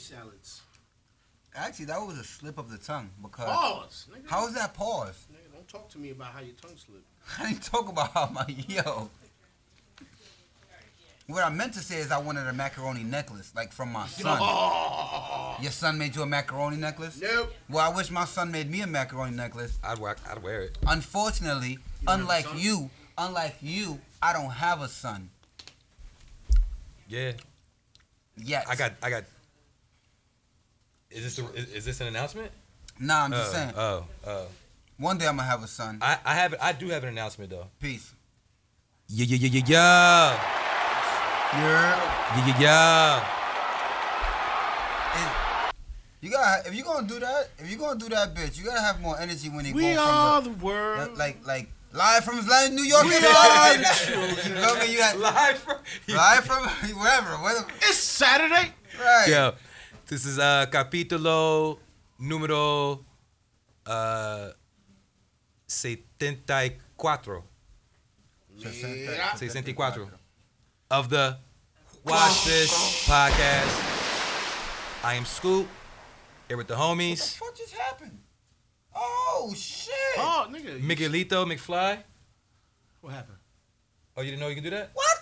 salads. Actually, that was a slip of the tongue because Pause. Nigga, how is that pause? Nigga, don't talk to me about how your tongue slipped. I didn't talk about how my yo. What I meant to say is I wanted a macaroni necklace, like from my son. Oh, Your son made you a macaroni necklace? nope. Well, I wish my son made me a macaroni necklace. I'd wear, I'd wear it. Unfortunately, don't have a unlike son? you, unlike you, I don't have a son Yeah, yet. I got, I got. Is this the, is, is this an announcement? Nah, I'm uh, just oh, saying. Oh, oh. One day I'm gonna have a son. I, I have, I do have an announcement though. Peace. Yeah, yeah, yeah, yeah, yeah, Yeah. yeah, yeah, yeah. It- you gotta if you gonna do that, if you gonna do that, bitch, you gotta have more energy when you We go from the- are the Li- world. like like live from Atlanta, New York. We you are the feel me? You feel me? You had Live from. live from wherever, wherever. it's Saturday. Right. Yeah, this is uh capítulo número uh setenta y cuatro Mira. 64 of the Watch This podcast. I am Scoop here with the What the homies fuck just happened? Oh shit! Oh, nigga. you- Miguelito McFly. What happened? Oh, you didn't know you can do that? What?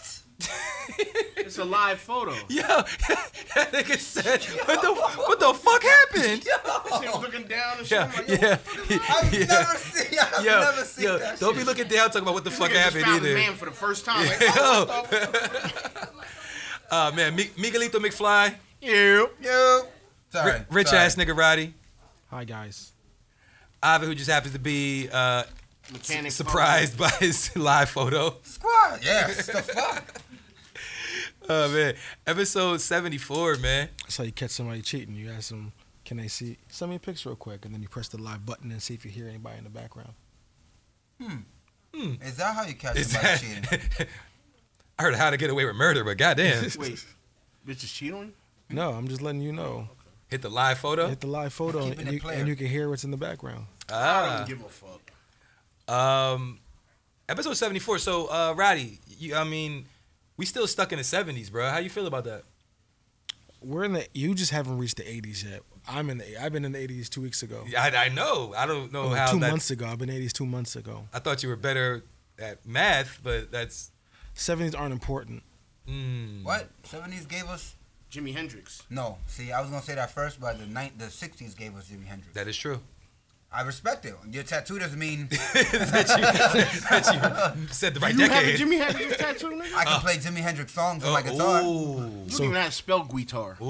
It's a live photo. Yo, that nigga said, what the what the fuck happened? This nigga looking down and shit. Yeah, I'm like, yo, yeah, I've yeah. never seen. I've Yo, never seen yo, that. don't shit. be looking down talking about what the fuck nigga just happened found the either. man for the first time. Like, Yo. Uh, man, Mi- Miguelito McFly, "Oh, you. Yo. Sorry. ri- rich sorry. ass nigga Roddy, Hi, guys. Ivan who just happens to be uh, Mechanic. surprised by his live photo. squad. Yes. the fuck. Oh man, episode seventy-four, man. That's how you catch somebody cheating. You ask them, "Can they see? Send me a picture real quick," and then you press the live button and see if you hear anybody in the background. Is that how you catch Is somebody that? cheating? I heard how to get away with murder, but goddamn, Wait. Bitches cheat on you? No, I'm just letting you know. hit the live photo. Hit the live photo, Keeping and it you, player. and you can hear what's in the background. I Ah, don't give a fuck. um, episode seventy-four. So, uh, Roddy, you, I mean, we still stuck in the seventies, bro. How you feel about that? We're in the. You just haven't reached the 80s yet. I'm in the. I've been in the 80s two weeks ago. I, I know. I don't know Oh, how two that. months ago. I've been 80s two months ago. I thought you were better at math, but that's 70s aren't important. mm, What? Seventies gave us Jimi Hendrix. no. See, I was gonna say that first, but the night the sixties gave us Jimi Hendrix. that is true. I respect it. Your tattoo doesn't mean that you said the right you have a decade. Jimi Hendrix tattoo, nigga? I can play Jimi Hendrix songs Uh, on my guitar. oh, You So- don't even know how to spell guitar. ooh,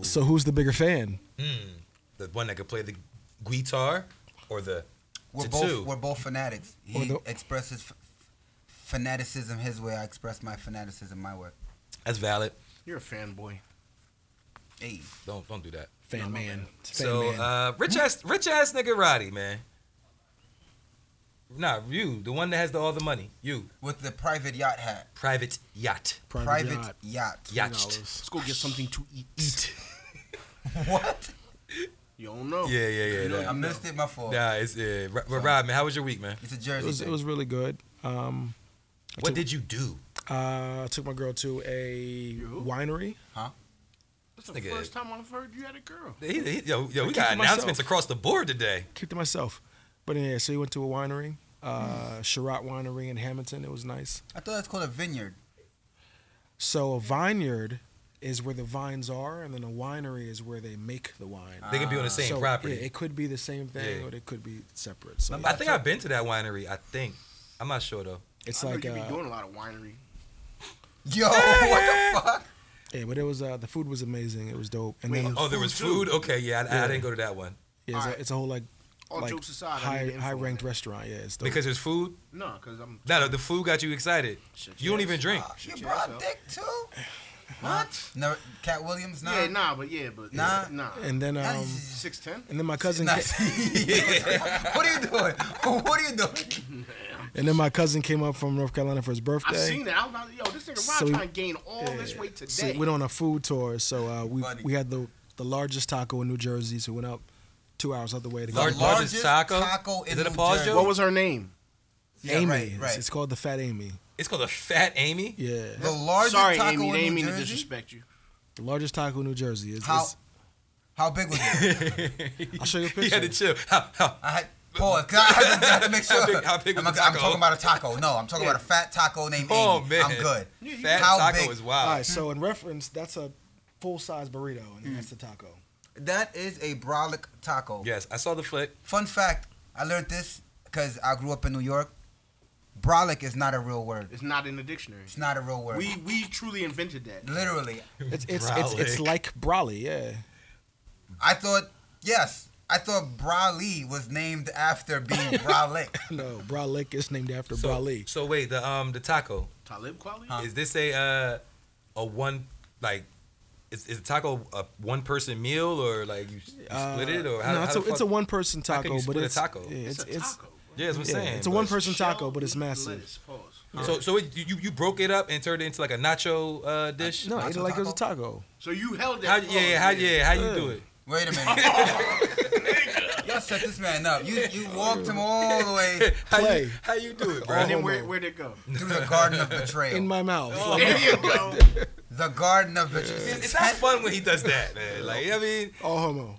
ooh. So who's the bigger fan? Mm. The one that could play the guitar or the We're to both two. we're both fanatics. Or He the- expresses f- fanaticism his way. I express my fanaticism my way. That's valid. You're a fanboy. Hey, Don't don't do that. Fan No, man. man. It's Fan So man. uh, rich ass rich ass nigga Roddy, man. Nah, you, the one that has the, all the money. You. with the private yacht hat, Private yacht. private, private yacht. yacht. Yacht. $2. Let's go get something to eat. What? You don't know. Yeah, yeah, yeah. You know, Nah, I missed it. My fault. Nah, it's yeah. Ro- But Rob, man, how was your week, man? It's a It Jersey was. It thing. was really good. Um, What did you do? Uh, I took my girl to a who? winery. That's the Nigga. first time I've heard you had a girl. He, he, yo, yo, we keep got to myself. announcements across the board today. Keep to myself. But anyway, so we went to a winery, Mm. uh, Chirac Winery in Hamilton. It was nice. I thought it's called a vineyard. So a vineyard is where the vines are, and then a winery is where they make the wine. They could be on the same So, property. yeah, it could be the same thing, Yeah. or it could be separate. So Remember- I think I've been to that winery. I think. I'm not sure though. it's I know like, you be uh, doing a lot of winery. Yo, what the fuck? yeah, but it was uh, the food was amazing. It was dope. And Wait, then Oh, there was Food, food. too. Okay, yeah, I, I Yeah. didn't go to that one yeah, it's, alright. a, it's a whole like All like jokes aside, I high need an high info. ranked restaurant. Yeah, it's dope. because there's food. No, because I'm. No, no, the food got you excited. Shut You your don't ass even up. drink. Ah. You Shut your ass brought up. dick too? What? No, Cat Williams. Nah. Yeah, nah, but yeah, but Nah. nah. and then That um, is- Six ten. and then my cousin Nah. ca- what are you doing? What are you doing? and then my cousin came up from North Carolina for his birthday. I've seen that. I was about, yo, this nigga Rob So we- trying to gain all Yeah. this weight So today. we went on a food tour. So uh, we Funny. we had the the largest taco in New Jersey. So we went up two hours other way to Lar- go. largest taco? Is in it a New pause Jersey. joke? what was her name? Yeah, Amy. right, It's- right. It's, called the Fat Amy. It's called a Fat Amy. Yeah, The largest Sorry, taco Amy. in They New didn't mean to Jersey? disrespect you. the largest taco in New Jersey is. How- is- How big was it? I'll show you a He had to chill. picture. How, how, I had pause. 'cause I had to, I had to make How sure. big- how big was I'm, the not- I'm taco? talking about a taco. No, I'm talking about a fat taco named Oh, Amy. man. I'm good. fat How taco big- is All wild. right, so in reference, that's a full size burrito, and that's the taco. That is a brolic taco. Yes, I saw the flick. Fun fact: I learned this because I grew up in New York. Brolic is not a real word. It's not in the dictionary. It's not a real word. We we truly invented that. Literally, Mm. It's it's it's, it's Brolic. like Brawley, yeah. I thought yes. I thought Brali was named after being brolic. No, Brolic is named after So, Brolic. so wait, the um the taco Talib quality. is this a uh a one like is is the taco a one person meal or like you, you Uh, split it or how, no, how it's, the a, it's a fuck- one person how can taco, you but split a it's taco? yeah, It's, it's a it's taco. Yeah, that's what I'm yeah, saying. it's a but- one person taco, Shell but it's meat massive. Lettuce. Pause. So so it, you you broke it up and turned it into like a nacho uh, dish. No, I ate it Nacho like it was a taco? taco. So you held that. How, pause, yeah, yeah, how, yeah, how you Yeah. do it? Wait a minute. Y'all set this man up. You you walked him all the way How Play. you, how you do it, bro? And then where Homo. where'd it go? through the garden of betrayal. In my mouth. There you go. the garden of betrayal. It's, it's not fun when he does that, man. Like I mean, all homo.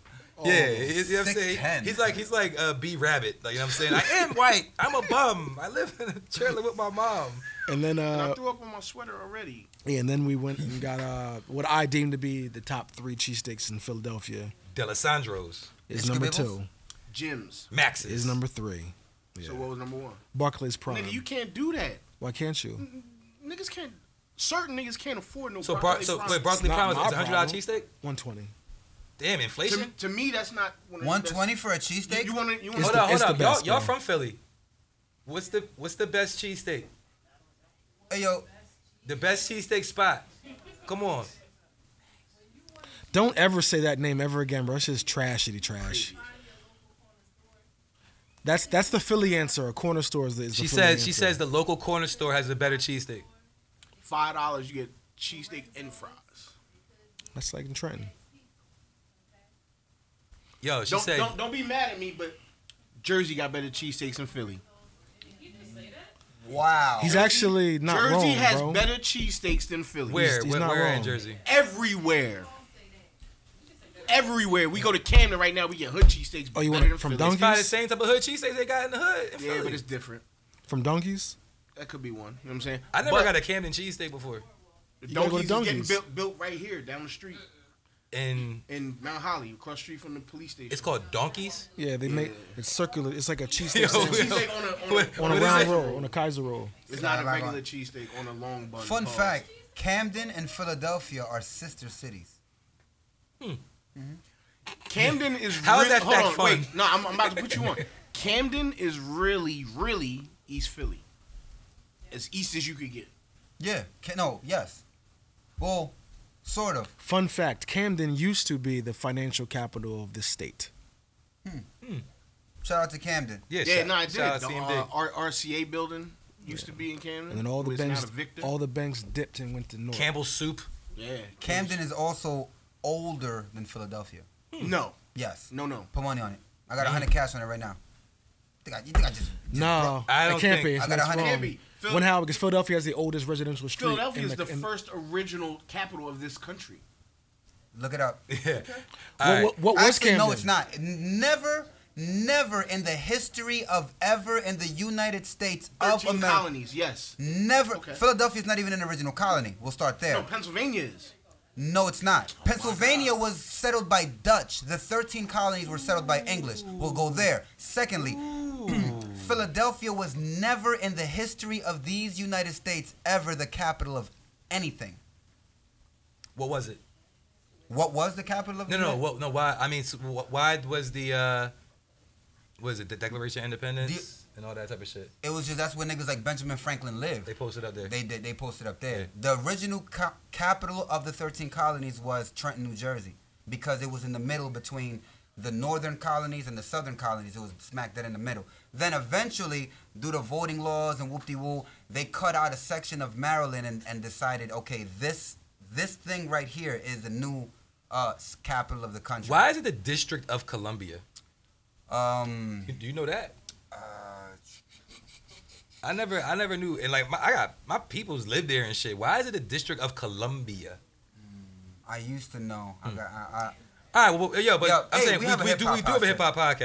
yeah, Oh, you know what I'm saying? 6'10". He's like he's like uh, B Rabbit. Like you know what I'm saying? I am white. I'm a bum. I live in a trailer with my mom. And then And I uh threw up on my sweater already. yeah, and then we went and got uh what I deem to be the top three cheesesteaks in Philadelphia Delisandro's, is It's number Skibibles? two. Gyms. Max's Is number three. So what was number one? Barclays Prime. Nigga, you can't do that. Why can't you? Niggas can't. Certain niggas can't afford no. So bar, broccoli so fries. wait, broccoli not prime is my a hundred dollar problem. cheesesteak. One twenty. Damn To, inflation. to me, that's not one. of the One best- twenty for a You, cheesesteak? you want to? You want It's Hold the- on, hold it's the on. Y'all, best, y'all bro. from Philly? What's the what's the best cheesesteak? Hey yo, The best cheesesteak spot? Come on. Don't ever say that name ever again, bro. It's just trashity trash. That's that's the Philly answer. A corner store is the. Is She the Philly says she answer. says the local corner store has a better cheesesteak. Five dollars, you get cheesesteak and fries. that's like in Trenton. Yo, she Don't, said don't don't be mad at me, but Jersey got better cheesesteaks than Philly. Oh, wow. He's actually not Jersey wrong, has bro. better cheesesteaks than Philly. where he's where, not where in wrong. Jersey? Everywhere. Everywhere. We go to Camden right now, we get hood cheesesteaks. Oh, you better want it than from Philly. It's probably the Donkeys? same type of hood cheesesteak they got in the hood. in Yeah, Philly. but it's different. From donkeys. That could be one. You know what I'm saying? I never But got a Camden cheesesteak before. the You gotta Donkeys go to is getting Donkeys. built, built right here down the street And in Mount Holly, across the street from the police station. it's called Donkeys. Yeah, they make it's circular. It's like a Yo, cheesesteak It's sandwich a cheesesteak on a, on What- a, on a is round it? roll, on a Kaiser roll. It's not a Nah, nah, regular nah. cheesesteak on a long bun. Fun Pause. fact: Camden and Philadelphia are sister cities. Camden is How is really, that fact hold on, fun? wait, no, I'm, I'm about to put you on. Camden is really, really East Philly. As east as you could get. Yeah. Ca- No. Yes. Well, sort of. Fun fact: Camden used to be the financial capital of the state. Shout out to Camden. Yeah, Yeah, shout- no, I did. shout out The CMD. uh, R- RCA building used to be in Camden. And then all the It's now banks, the Victor. all the banks dipped and went to north. Campbell's soup. yeah. Camden is also older than Philadelphia. No, Yes. no, Um, no. Put money on it. I got a hundred cash on it right now. Think I, you think I just? no, I don't it can't think- be. It's I got that's a hundred- wrong. Can't be. Phil- When how? Because Philadelphia has the oldest residential street. in Philadelphia is the in- first original capital of this country. Look it up. Yeah. What, All right. what, Oh, what was Actually, Camden? no, it's not. N- Never, never in the history of ever in the United States of Thirteen America. colonies, yes. Never. Okay. Philadelphia's not even an original colony. We'll start there. No, Pennsylvania is. No, it's not. Oh Pennsylvania was settled by Dutch. The 13 colonies were settled by English. We'll go there. Secondly, Philadelphia was never in the history of these United States ever the capital of anything. What was it? What was the capital of No, no, the- what, no. Why? I mean, s- wh- why was the uh, was it the Declaration of Independence and all that type of shit? It was just that's where niggas like Benjamin Franklin lived. They posted up there. They did. They posted up there. The original co- capital of the 13 colonies was Trenton, New Jersey, because it was in the middle between the northern colonies and the southern colonies. It was smack dead in the middle. Then eventually, due to voting laws and whoop de woo, they cut out a section of Maryland and, and decided, okay, this this thing right here is the new uh, s- capital of the country. why is it the District of Columbia? Um, Do you know that? uh, I never, I never knew. And like, my, I got my peoples live there and shit. Why is it the District of Columbia? Hmm. I used to know. I got, I, I, All right, well, well, yeah, but Yo, I'm hey, saying we we, have a we do hip-hop we do have a podcast. hip hop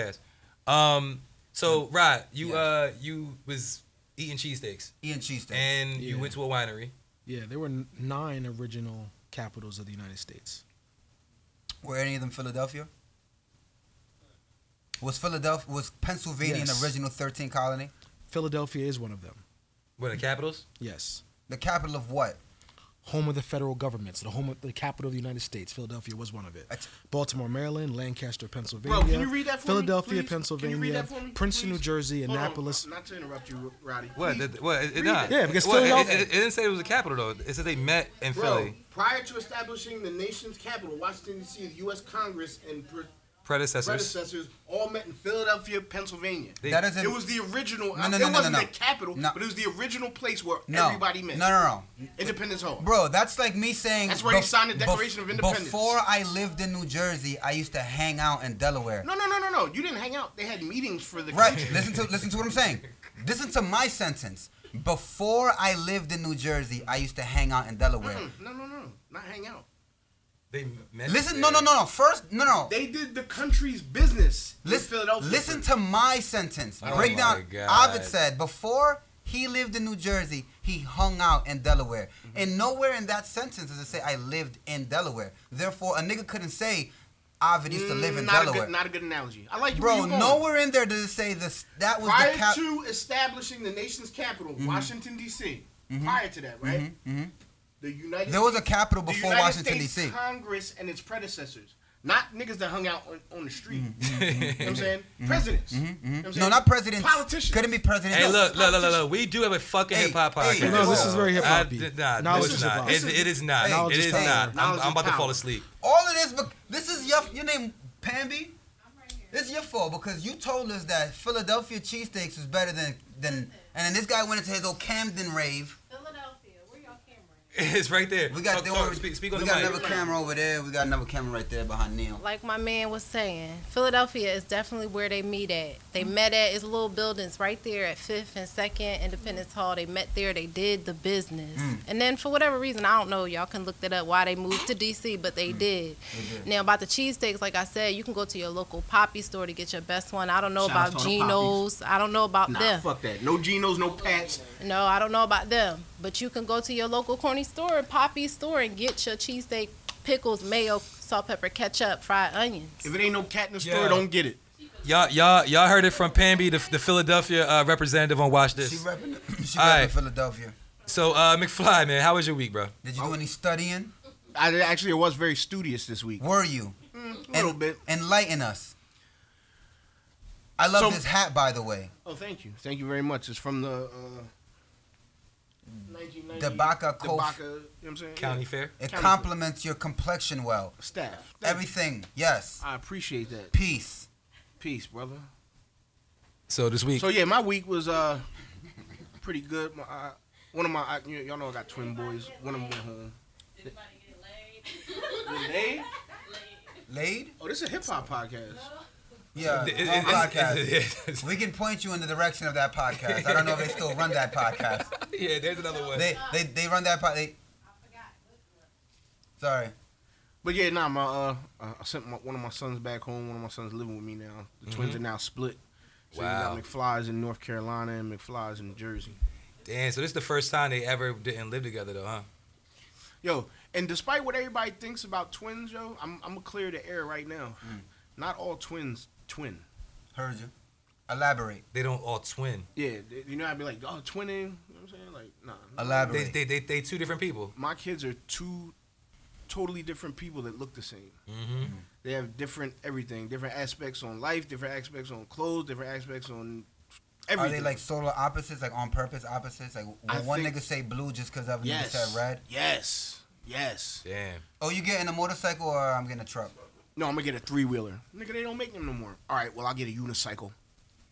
podcast. Um, so Rod, you Yeah. uh you was eating cheesesteaks Ian Cheesesteak. and you Yeah. went to a winery. Yeah, there were n- nine original capitals of the United States. Were any of them Philadelphia? Was Philadelphia was Pennsylvania Yes. an original thirteen colony? Philadelphia is one of them. What the capitals? Yes. The capital of what? Home of the federal governments, the home of the capital of the United States. Philadelphia was one of it. That's- Baltimore, Maryland, Lancaster, Pennsylvania. Bro, can you read that for Philadelphia, me? please? Pennsylvania. Can you read that for me, Princeton, New please? Jersey, Hold on, Annapolis. not to interrupt you, Roddy. What? Please. The, what? It, it read it. not. Yeah, because Well, it- Philadelphia- It, it didn't say it was a capital though. It said they met in Bro, Philly. prior to establishing the nation's capital, Washington D.C. the U.S. Congress and pre- Predecessors. predecessors all met in Philadelphia, Pennsylvania. They- That doesn't It was the original. No, no, it no, no, wasn't no, the no. capital, No. but it was the original place where no. everybody met. No, no, no. Independence Hall. Bro, that's like me saying That's where they bef- signed the Declaration of Independence. Before I lived in New Jersey, I used to hang out in Delaware. No, no, no, no, no. You didn't hang out. They had meetings for the Right. country. listen to listen to what I'm saying. Listen to my sentence. Before I lived in New Jersey, I used to hang out in Delaware. Mm, No, no, no. Not hang out. They met. Listen, no, no, no, no. First, no, no. They did the country's business in Listen, Philadelphia. listen to my sentence. Oh Break my down. God. Ovid said before he lived in New Jersey, he hung out in Delaware. Mm-hmm. And nowhere in that sentence does it say I lived in Delaware. Therefore, a nigga couldn't say Ovid used to live in Mm, not Delaware. A good, not a good analogy. I like you. Bro, where you nowhere in there does it say this. That was Prior the cap. Mm-hmm. to establishing the nation's capital, Washington D.C. Prior to that, right? mhm. The United Mm-hmm. There was a capital the before United Washington States D.C. Congress and its predecessors, not niggas that hung out on, on the street. Mm-hmm. you know what I'm saying presidents. You know what I'm No, saying? not presidents. Politicians. Couldn't be presidents. Hey, No. look, look, look, look, look. We do have a fucking Hey, hip hop hey, podcast. No, this bro. is very hip I hop-y. did not. No, Knowledge it's is not. power. It, it is not. Knowledge it is is power. not. I'm, Knowledge I'm is about to fall power. asleep. All of this, but this is your your name, Pamby. This is your fault because you told us that Philadelphia cheesesteaks was better than than, and then this guy went into his old Camden rave. Philadelphia, where y'all camera? It's right there. We got Talk- the talk- one- speak, speak on we the got mic. another camera over there. We got another camera right there behind Neil. Like my man was saying, Philadelphia is definitely where they meet at. They Mm-hmm. met at is little buildings right there at Fifth and Second Independence Mm-hmm. Hall. They met there. They did the business, Mm. and then for whatever reason, I don't know. Y'all can look that up why they moved to DC, but Mm. they did. Now about the cheesesteaks, like I said, you can go to your local Poppy store to get your best one. I don't know Shout out about to the Poppies. Geno's. I don't know about Nah, them. fuck that. No Genos, no Pats. No, I don't know about them, but you can go to your local corny store, Poppy store, and get your cheesesteak, pickles, mayo, salt, pepper, ketchup, fried onions. If it ain't no cat in the Yeah. store, don't get it. Y'all, y'all, y'all heard it from Pamby, the, the Philadelphia uh, representative on Watch She This. repping. She All repping right. Philadelphia. So, uh, McFly, man, how was your week, bro? Did you do any studying? I actually was very studious this week. Were you? A little bit. Enlighten us. I love So- this hat, by the way. Oh, thank you. Thank you very much. It's from the. Uh, 1990 Dabaka Dabaka, you know Kof- what I'm saying? County Yeah. Fair. It Counterfeit. complements your complexion well. Staff. Thank you. Everything. Yes. I appreciate that. Peace. Peace, brother. So this week, So yeah, my week was uh pretty good. My, uh, one of my I, you y'all know I got twin boys. One of them went home. They? Laid. Oh, this is a hip hop podcast. Yeah. It- it- wrong it's- podcast. it's- We can point you in the direction of that podcast. I don't know if they still run that podcast. yeah, there's another one. They they, they run that podcast. Sorry. But yeah, nah, my uh, uh, I sent my, one of my sons back home. One of my sons living with me now. The twins are now split. So Wow. you got McFly's in North Carolina and McFly's in Jersey. Damn, so this is the first time they ever didn't live together, though, huh? Yo, and despite what everybody thinks about twins, yo, I'm I'm gonna clear the air right now. Not all twins twin. Heard you. Elaborate. They don't all twin. Yeah, they- you know I'd be like, oh, twinning. You know what I'm saying? Like, nah. They, Elaborate. they, they, they two different people. My kids are two totally different people that look the same. Mm-hmm. They have different everything, different aspects on life, different aspects on clothes, different aspects on Are everything. they like solar opposites, like on purpose opposites? Like I will one think- nigga say blue just because other yes, nigga said red? Yes, yes. Damn. Oh, you getting a motorcycle or I'm getting a truck? No, I'm gonna get a three wheeler. Nigga, they don't make them no more. All right, well I'll get a unicycle.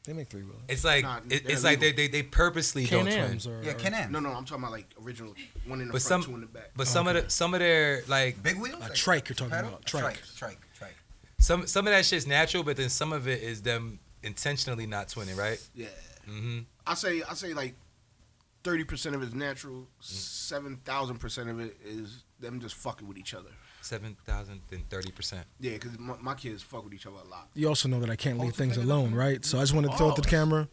They make three wheelers. It's like Nah, it, they're it's like they, illegal. they, they purposely Can don't twin. Ams or Yeah, or- Can Am. Uh, No, no, I'm talking about like original one in the But front, some- two in the back. But some of the, some of their like Big wheels. A trike you're talking pedal? about. A Trike. Trike. Trike. Trike. some some of that shit's natural, but then some of it is them intentionally not twinning, right? Yeah. Mm-hmm. I say I say like thirty percent of it's natural, seven thousand percent of it is them just fucking with each other. seven thousand and thirty percent. Yeah, because my, my kids fuck with each other a lot. You also know that I can't leave Hold the things finger up. alone, right? So I just wanted to throw it to Oh. the camera.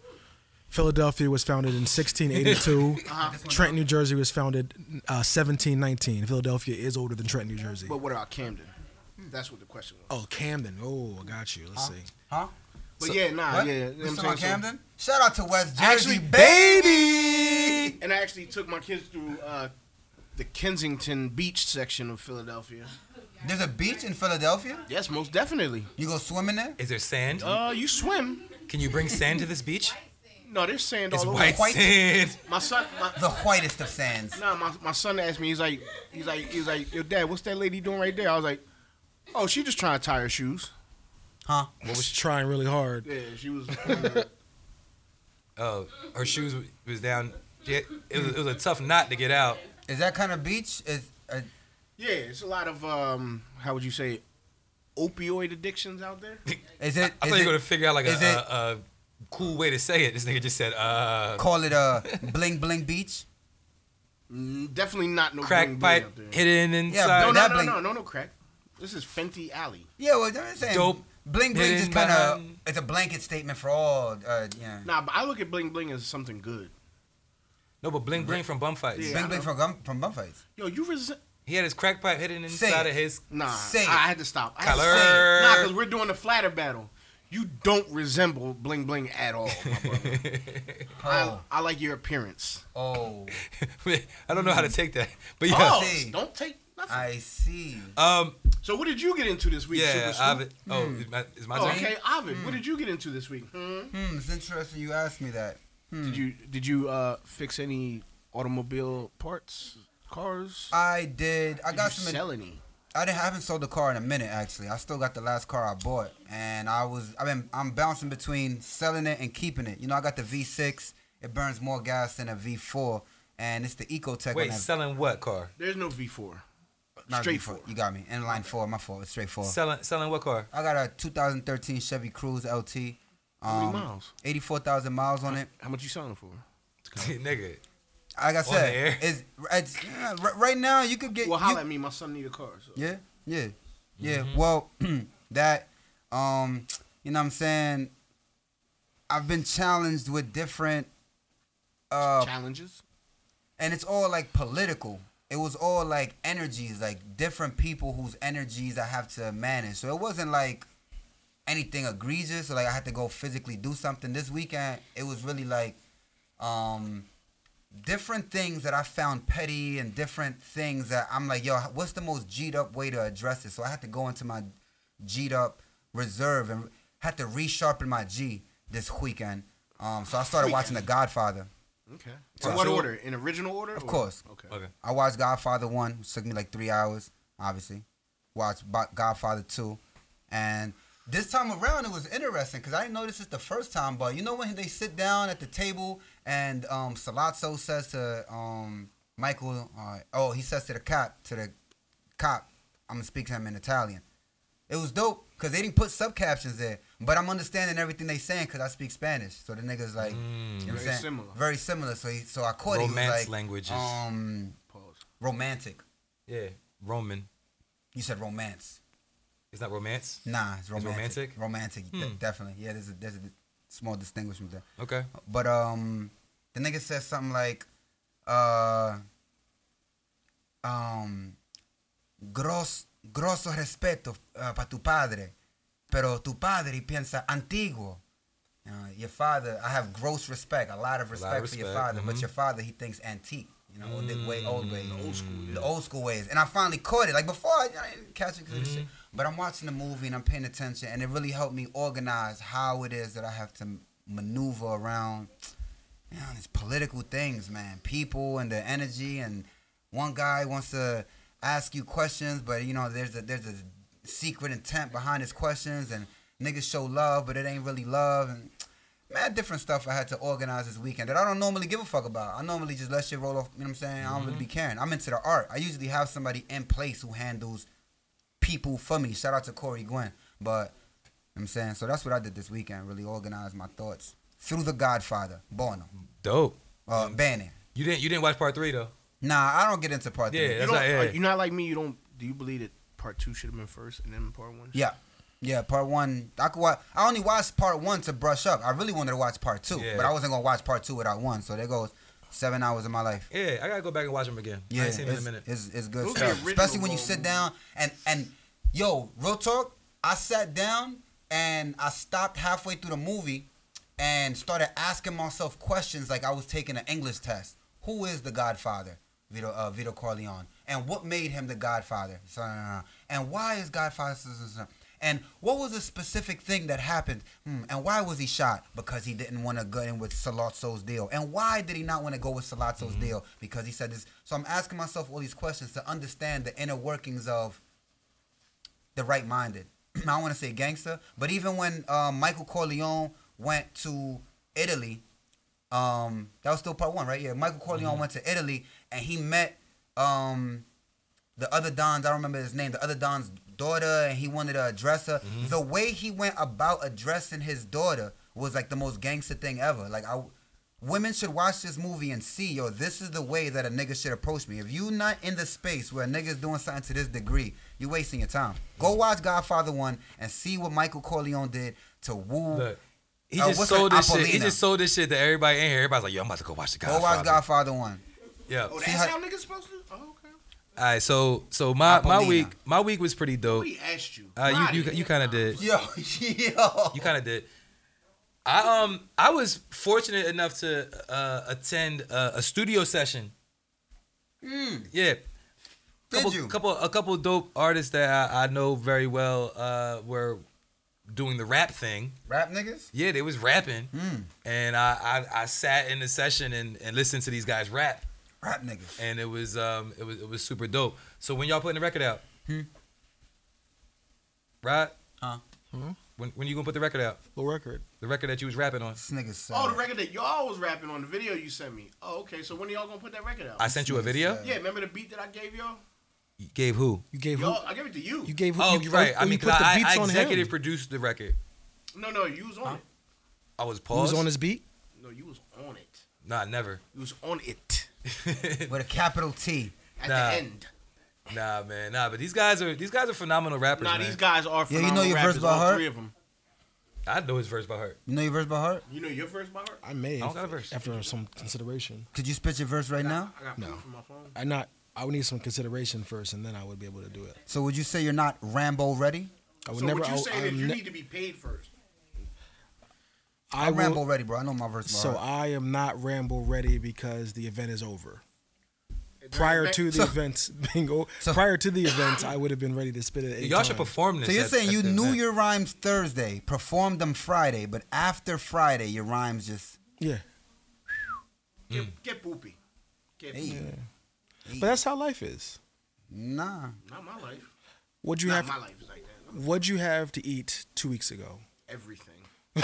Philadelphia was founded in 1682. Uh-huh. Trenton, New Jersey was founded uh, 1719. Philadelphia is older than Trenton, New Jersey. But what about Camden? That's what the question was. Oh, Camden. Oh, I got you. Uh-huh. Let's see. Huh? But yeah, nah, What? Ah, yeah. You know We what I'm still saying? on So- Camden? Shout out to West Jersey, Actually, baby. and I actually took my kids through uh, the Kensington Beach section of Philadelphia. There's a beach in Philadelphia. Yes, most definitely. You go swimming there. Is there sand? Uh, you swim. Can you bring sand to this beach? No, there's sand It's all white, white- sand. over. My son, my, The whitest of sands. nah, my, my son asked me. He's like, he's like, he's like, yo, dad, what's that lady doing right there? I was like, oh, she just trying to tie her shoes. Huh? What was trying really hard? Yeah, she was. Oh, her shoes w- was down. Yeah, It was, it was a tough knot to get out. Is that kind of beach? Is uh, yeah, it's a lot of um, how would you say, opioid addictions out there. is it? I is thought you it- were gonna figure out like a, is it- a, a cool way to say it. This nigga just said, uh, call it a bling bling beach. Mm, definitely not no bling crack bling pipe out there. hidden but No, inside. don't- no, that no, bling- no, no, no crack. This is Fenty Alley. Yeah, well, I'm saying Dope. bling bling just Hidden kind of behind- it's a blanket statement for all. Uh, yeah. Nah, but I look at bling bling as something good. No, but bling bling from bum fights. Yeah. bling bling from gum, from bum fights. Yo, you resent. He had his crack pipe hidden Say inside it. of his. Nah, Say I it. had to stop. I had to Color. say it. Nah, because we're doing the flatter battle. You don't resemble bling bling at all. My brother. I, Oh, I like your appearance. oh, I don't know how to take that, but yeah. Oh, see. don't take nothing. I see. Um, so, what did you get into this week? yeah, Super Scoop? Ovid. Oh, is my, is my Oh, turn? okay, Ovid. What did you get into this week? Hmm? Hmm, it's interesting you asked me that. Did you did you uh, fix any automobile parts, cars? I did. I Did got you some. sell any? I didn't, I haven't sold the car in a minute actually. I still got the last car I bought, and I was I've been I'm bouncing between selling it and keeping it. You know, I got the V6. It burns more gas than a V4, and it's the EcoTech. Wait, on that, selling what car? There's no V4. not Straight V4. four. You got me. Inline four. My fault. It's straight four. Selling selling what car? I got a 2013 Chevy Cruze LT. How many um, miles? 84,000 miles on it. How much you selling it for? Like Nigga, I the air. said, it's, it's yeah, r- right now you could get Well, you, holla at me. Mm-hmm. My son need a car. So. Yeah, yeah, yeah. Well, that, um, you know what I'm saying? I've been challenged with different, uh, Challenges. and it's all like political. It was all like energies, like different people whose energies I have to manage. So it wasn't like anything egregious, or like I had to go physically do something. This weekend, it was really like, um, different things that I found petty and different things that I'm like, yo, what's the most G'd up way to address this? So I had to go into my G'd up reserve and had to resharpen my G this weekend. Um, so I started watching The Godfather. Okay. So- In what so- order? In original order? Of or- course. Okay. okay. I watched Godfather one, which took me like three hours, obviously. Watched Bo- Godfather two, and this time around it was interesting because I didn't know this is the first time, but you know when they sit down at the table and um, Salazzo says to um, Michael, uh, oh he says to the cop, to the cop, I'm gonna speak to him in Italian. It was dope because they didn't put sub captions there, but I'm understanding everything they saying because I speak Spanish. So the niggas Mm. like, you know what I'm Very saying? similar. Very similar. So he, so I caught it. He was Romance like, languages. Um, Pause. romantic. Yeah, Roman. You said romance. It's not romance. Nah, it's romantic. Romantic, romantic? de- Hmm. definitely. Yeah, there's a there's a small distinguishment there. Okay. But um, the nigga says something like, uh, um, gross, grosso respeto uh, para tu padre, pero tu padre piensa antiguo. Uh, your father, I have gross respect, a lot of respect, for your respect, father, but mhm. your father, he thinks antique, you know, the way old way, the old school, yeah. the old school ways. And I finally caught it. Like before, I, I didn't catch it 'cause of this shit. But I'm watching the movie and I'm paying attention, and it really helped me organize how it is that I have to maneuver around you know, these political things, man. People and their energy, and one guy wants to ask you questions, but you know, there's a there's a secret intent behind his questions, and niggas show love, but it ain't really love, and mad different stuff I had to organize this weekend that I don't normally give a fuck about. I normally just let shit roll off. You know what I'm saying? I don't really be caring. I'm into the art. I usually have somebody in place who handles people for me. Shout out to Corey Gwen, but. you know what I'm saying so. That's what I did this weekend. Really organized my thoughts through the Godfather, Bono. Dope. Uh, Bannon. You didn't you didn't watch part three though. Nah, I don't get into part Yeah, three. You That's don't, not- yeah, are yeah. you not like me. You don't. Do you believe that part two should have been first, and then part one. Yeah. Yeah, part one. I could watch, I only watched part one to brush up. I really wanted to watch part two, Yeah. but I wasn't gonna watch part two without one. So there goes seven hours of my life. Yeah, I gotta go back and watch him again. Yeah, I ain't seen him in a it's- minute. It's, it's good Those are stuff. original Especially when you Marvel sit down and and yo, real talk. I sat down and I stopped halfway through the movie and started asking myself questions like I was taking an English test. Who is the Godfather, Vito uh, Vito Corleone, and what made him the Godfather? So, no, no, no. And why is Godfather? so, so, so? And what was the specific thing that happened? Hmm, and why was he shot? Because he didn't want to go in with Salazzo's deal. And why did he not want to go with Salazzo's deal? Because he said this. So I'm asking myself all these questions to understand the inner workings of the right minded. I don't want to say gangster, but even when um, Michael Corleone went to Italy, um, that was still part one, right? Yeah, Michael Corleone Mm-hmm. went to Italy and he met um, the other Don's, I don't remember his name, the other Don's daughter, and he wanted to address her. Mm-hmm. The way he went about addressing his daughter was like the most gangster thing ever. Like, I, women should watch this movie and see, yo, this is the way that a nigga should approach me. If you not in the space where a nigga's doing something to this degree, you wasting your time. Go Mm-hmm. watch Godfather 1 and see what Michael Corleone did to woo. Look, he Uh, just what's sold her- this shit. He Apollina. just sold this shit to everybody in here. Everybody's like, yo, I'm about to go watch the Go Godfather. watch Godfather 1. Yeah. Oh, See that's how- how, niggas supposed to. Oh, okay. All right, so so my, my Apollina. week my week was pretty dope. We asked you. Uh, you you, Roddy. you kind of did. Yo, yo. You kind of did. I um I was fortunate enough to uh, attend a, a studio session. Yeah. Hmm. Did Couple, you? couple a couple dope artists that I, I know very well uh, were doing the rap thing. Rap niggas? Yeah, they was rapping, Hmm. and I, I I sat in the session and, and listened to these guys rap, Rap niggas. and it was um it was it was super dope. So when y'all putting the record out, Hmm. right? Huh? When when you gonna put the record out? The record. The record that you was rapping on? This nigga's sad. Oh, the record that y'all was rapping on the video you sent me. Oh, okay. So when are y'all gonna put that record out? I sent you a video. yeah, remember the beat that I gave y'all? You Gave who? You gave who? Y'all, I gave it to you. You gave who? Oh, you, right. or I you mean, 'cause put the I, beats I on executive him. produced the record. no, no, you was on it. I was Who paused. was on his beat? No, you was on it. Nah, never. You was on it With a capital T. at Nah. the end. Nah, man. Nah, but these guys are these guys are phenomenal rappers, Nah, man. these guys are Yeah, you know phenomenal your verse rappers, by all heart? three of them. I know his verse by heart. You know your verse by heart? You know your verse by heart? I may I don't got a verse. after some consideration. Could you spit your verse right now? I got No. proof from my phone. I not. I would need some consideration first, and then I would be able to do it. So would you say you're not Rambo ready? I would so never. what you I, saying is I'm you ne- need to be paid first. I I'm will- Rambo ready, bro. I know my verse by So heart. I am not ramble ready because the event is over. And Prior then- to the events being o- So- prior to the events, I would have been ready to spit it. Y'all should perform this. So you're at- saying at you the knew event. your rhymes Thursday, performed them Friday, but after Friday your rhymes just Yeah, Mm. get, get boopy. Get hey, boopy. but that's how life is. nah. Not my life. What'd you Not have? my life is like that. What'd you have to eat two weeks ago? Everything.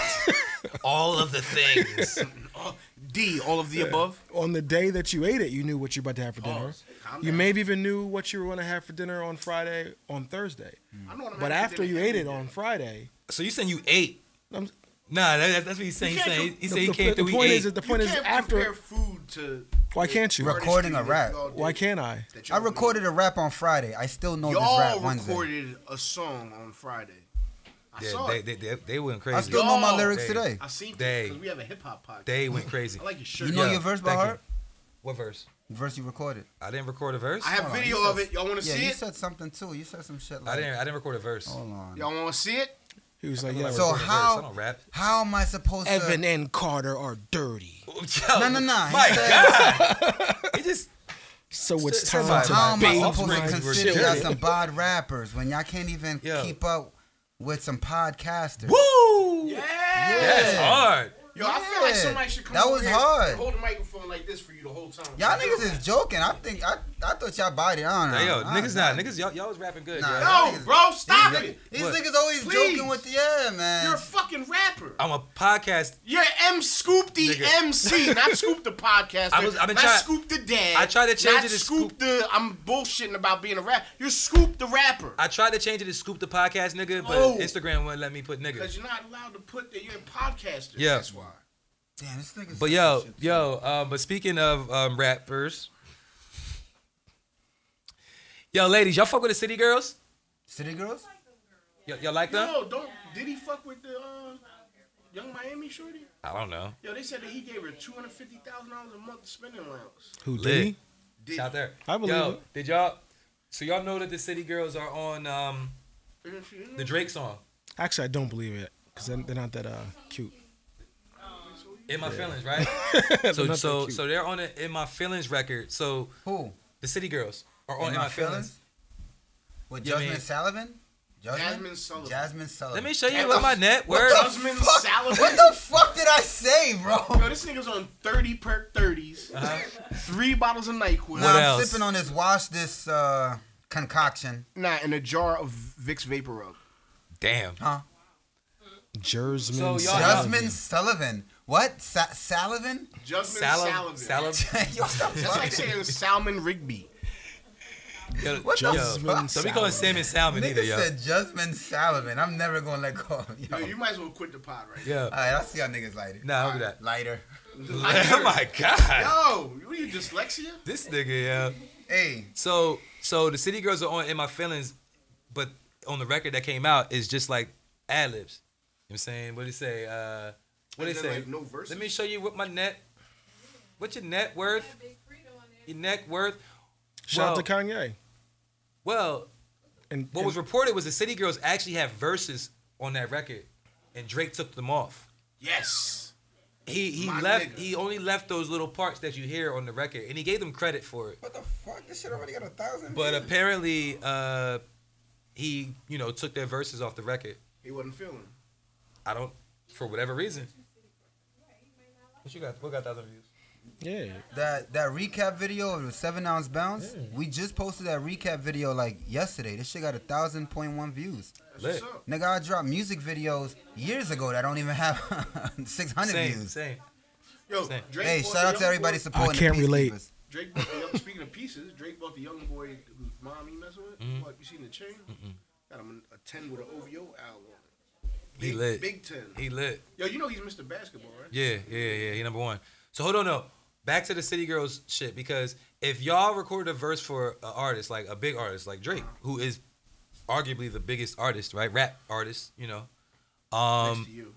all of the things. Oh, D, all of the above. On the day that you ate it, you knew what you were about to have for dinner. Pause. Calm You down. maybe even knew what you were going to have for dinner on Friday, on Thursday. I know what I'm having for But after you dinner ate it every on day. Friday, so you saying you ate? I'm, Nah, that, that's- that's what he's saying. He's can't saying com- he the, said he the- came the through. point He is, ate. that the point you is can't compare after. food to Why can't you? Record- Recording a artistry rap. that y'all did Why can't I? that I y'all recorded a rap on Friday. I still know made. this Y'all rap Wednesday. recorded a song on Friday. I Yeah, saw they, it. they, they, they went crazy. I still know my Yo, lyrics they- today. I seen They- that because we have a hip hop podcast. They went crazy. I like your shirt. You know Yeah, your verse by thank you. heart? What verse? Verse you recorded. I didn't record a verse. I have Hold on, video you of said- it. Y'all want to Yeah, see you it? said something too. You said some shit like I didn't. I didn't record a verse. Hold on. Y'all want to see it? He was like, yeah. So record a verse. I how don't rap. how am I supposed Evan to? and Carter are dirty. Yo, No, no, no. He My said- God. It just So it's it's time time to to How am I Babe supposed to Ruth consider were y'all dirty. some bod rappers when y'all can't even Yo. keep up with some podcasters? woo. Yeah. That's hard. Yo, I feel like Yeah. somebody should come That over was here hard. and hold the microphone like this for you the whole time. Y'all niggas is joking. I think I, I thought y'all bought it. I don't know. Hey, yo, I- niggas not. Niggas, y'all, y'all was rapping good. Nah. yo. No, niggas- bro, stop These it. These What? niggas always Please. joking with the yeah, man. You're a fucking rapper. I'm a podcast. You're M Scoop the Nigga. MC, not Scoop the podcaster. I was- I've been not try- Scoop the dad. I tried to change not it to Scoop, Scoop- the. I'm bullshitting about being a rap. You're Scoop the rapper. I tried to change it to scoop the podcast, nigga, but Oh. Instagram wouldn't let me put Because nigga. you're not allowed to put that you're a podcaster. Yeah. That's why. Damn, this nigga. But yo, yo, um, but speaking of um, rappers, yo, ladies, y'all fuck with the City Girls? City girls? Y- y'all like them? Yo, don't did he fuck with the uh, young Miami shorty? I don't know. Yo, they said that he gave her two hundred fifty thousand dollars a month to spending allowance. Who Lit. did he? Did It's out there. I believe Yo, it. did y'all? So y'all know that the City Girls are on um, Isn't she in the there? Drake song Actually, I don't believe it because they're, they're not that uh cute. "In My Feelings," right? They're so not that so cute. so they're on the "In My Feelings" record. So Who? the City Girls are on "In, My, Oh, Feelings." With You know what I Jasmine mean? Sullivan? Jasmine Sullivan. Jasmine Sullivan. Let me show you That what was- my net What worth. the Jasmine fuck- Sullivan. What the fuck did I say, bro? Yo, this nigga's on thirty per 30s three bottles of Nyquil, Now I'm else? sipping on this wash this uh, concoction, nah, and a jar of Vicks Vapor Rub. Damn. huh? Jersman. So y'all- Sullivan. Jasmine Sullivan. What? Sa- Sullivan? Jasmine Salad. Sullivan. Salad. Yo, what the That's like fuck? saying Salmon Rigby. Yo, What the yo, Jasmine fuck? don't be calling salmon salmon either, Nigga yo. said Jasmine Sullivan. I'm never gonna let go of Yo, yo. you might as well quit the pod right now. Yo, All right, I'll see how niggas lighter. nah, don't do that. Lighter. oh my god, Yo, what are you, dyslexia? this nigga, yo. Hey, So so the City Girls are on "In My Feelings," but on the record that came out is just like ad libs. You know what I'm saying? What do you say? Uh, what do you Is that say? like no verses? Let me show you what my net. What's your net worth? Your net worth. Well- Shout out to Kanye. Well, And what was reported was the City Girls actually have verses on that record, and Drake took them off. Yes. He he My left. nigga. He only left those little parts that you hear on the record, and he gave them credit for it. what the fuck? This shit already got a thousand. But apparently, uh, he you know took their verses off the record. He wasn't feeling. I don't for whatever reason. What you got? What got thousand views? yeah. that that recap video of the seven ounce bounce, we just posted that recap video like yesterday. This shit got a thousand point one views. That's Lit. what's up. Nigga, I dropped music videos years ago that don't even have six hundred Same, views. same. Yo, Same. Drake Hey, bought shout the out to Young everybody Boy- supporting. can't the relate. Peacekeepers. Drake bought the young, speaking of pieces, Drake bought the young boy whose mom he messing with. Mm-hmm. What, you seen the chain? Got him a 10 with an OVO album. He Big, lit. Big 10. He lit. Yo, you know he's Mr. Basketball, right? Yeah, yeah, yeah. He number one. So hold on, no. Back to the City Girls shit because if y'all recorded a verse for an artist like a big artist like Drake, who is arguably the biggest artist, right? Rap artist, you know. Um, Next to you.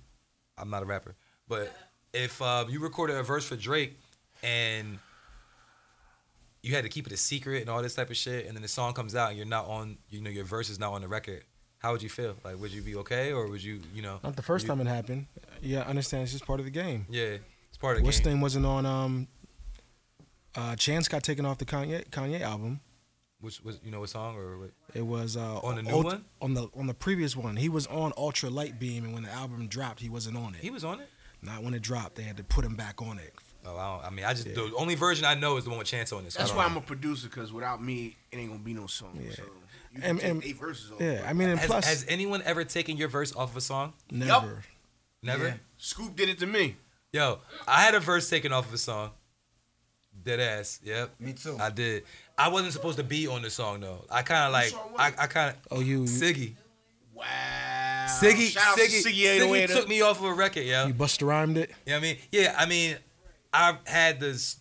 I'm not a rapper, but if um, you recorded a verse for Drake and you had to keep it a secret and all this type of shit, and then the song comes out and you're not on, you know, your verse is not on the record. How would you feel? Like, would you be okay, or would you, you know? Not the first you- time it happened. Yeah, I understand. It's just part of the game. Yeah, it's part of the What's game. thing wasn't on? Um, uh, Chance got taken off the Kanye Kanye album. Which was, you know, what song or what? It was uh, On the new ult- one? On the on the previous one, he was on Ultra Light Beam, and when the album dropped, he wasn't on it. He was on it. Not when it dropped, they had to put him back on it. Oh, I, don't, I mean, I just the only version I know is the one with Chance on it. so I That's don't why know. I'm a producer, because without me, it ain't going to be no song. Yeah. So you can And- take and- eight verses off. Yeah, but- I mean, and Has, plus, has anyone ever taken your verse off of a song? never. Never. Yeah. Scoop did it to me. Yo, I had a verse taken off of a song. Dead ass. Yep. Me too. I did. I wasn't supposed to be on the song though. I kind of like. song was I, it? I kind of. Oh, you you, Siggy. Wow. Siggy. Shout out Siggy. to Siggy Siggy 808. took me off of a record. Yeah. you You Busta rhymed it. know what I mean? Yeah. I mean, I had this,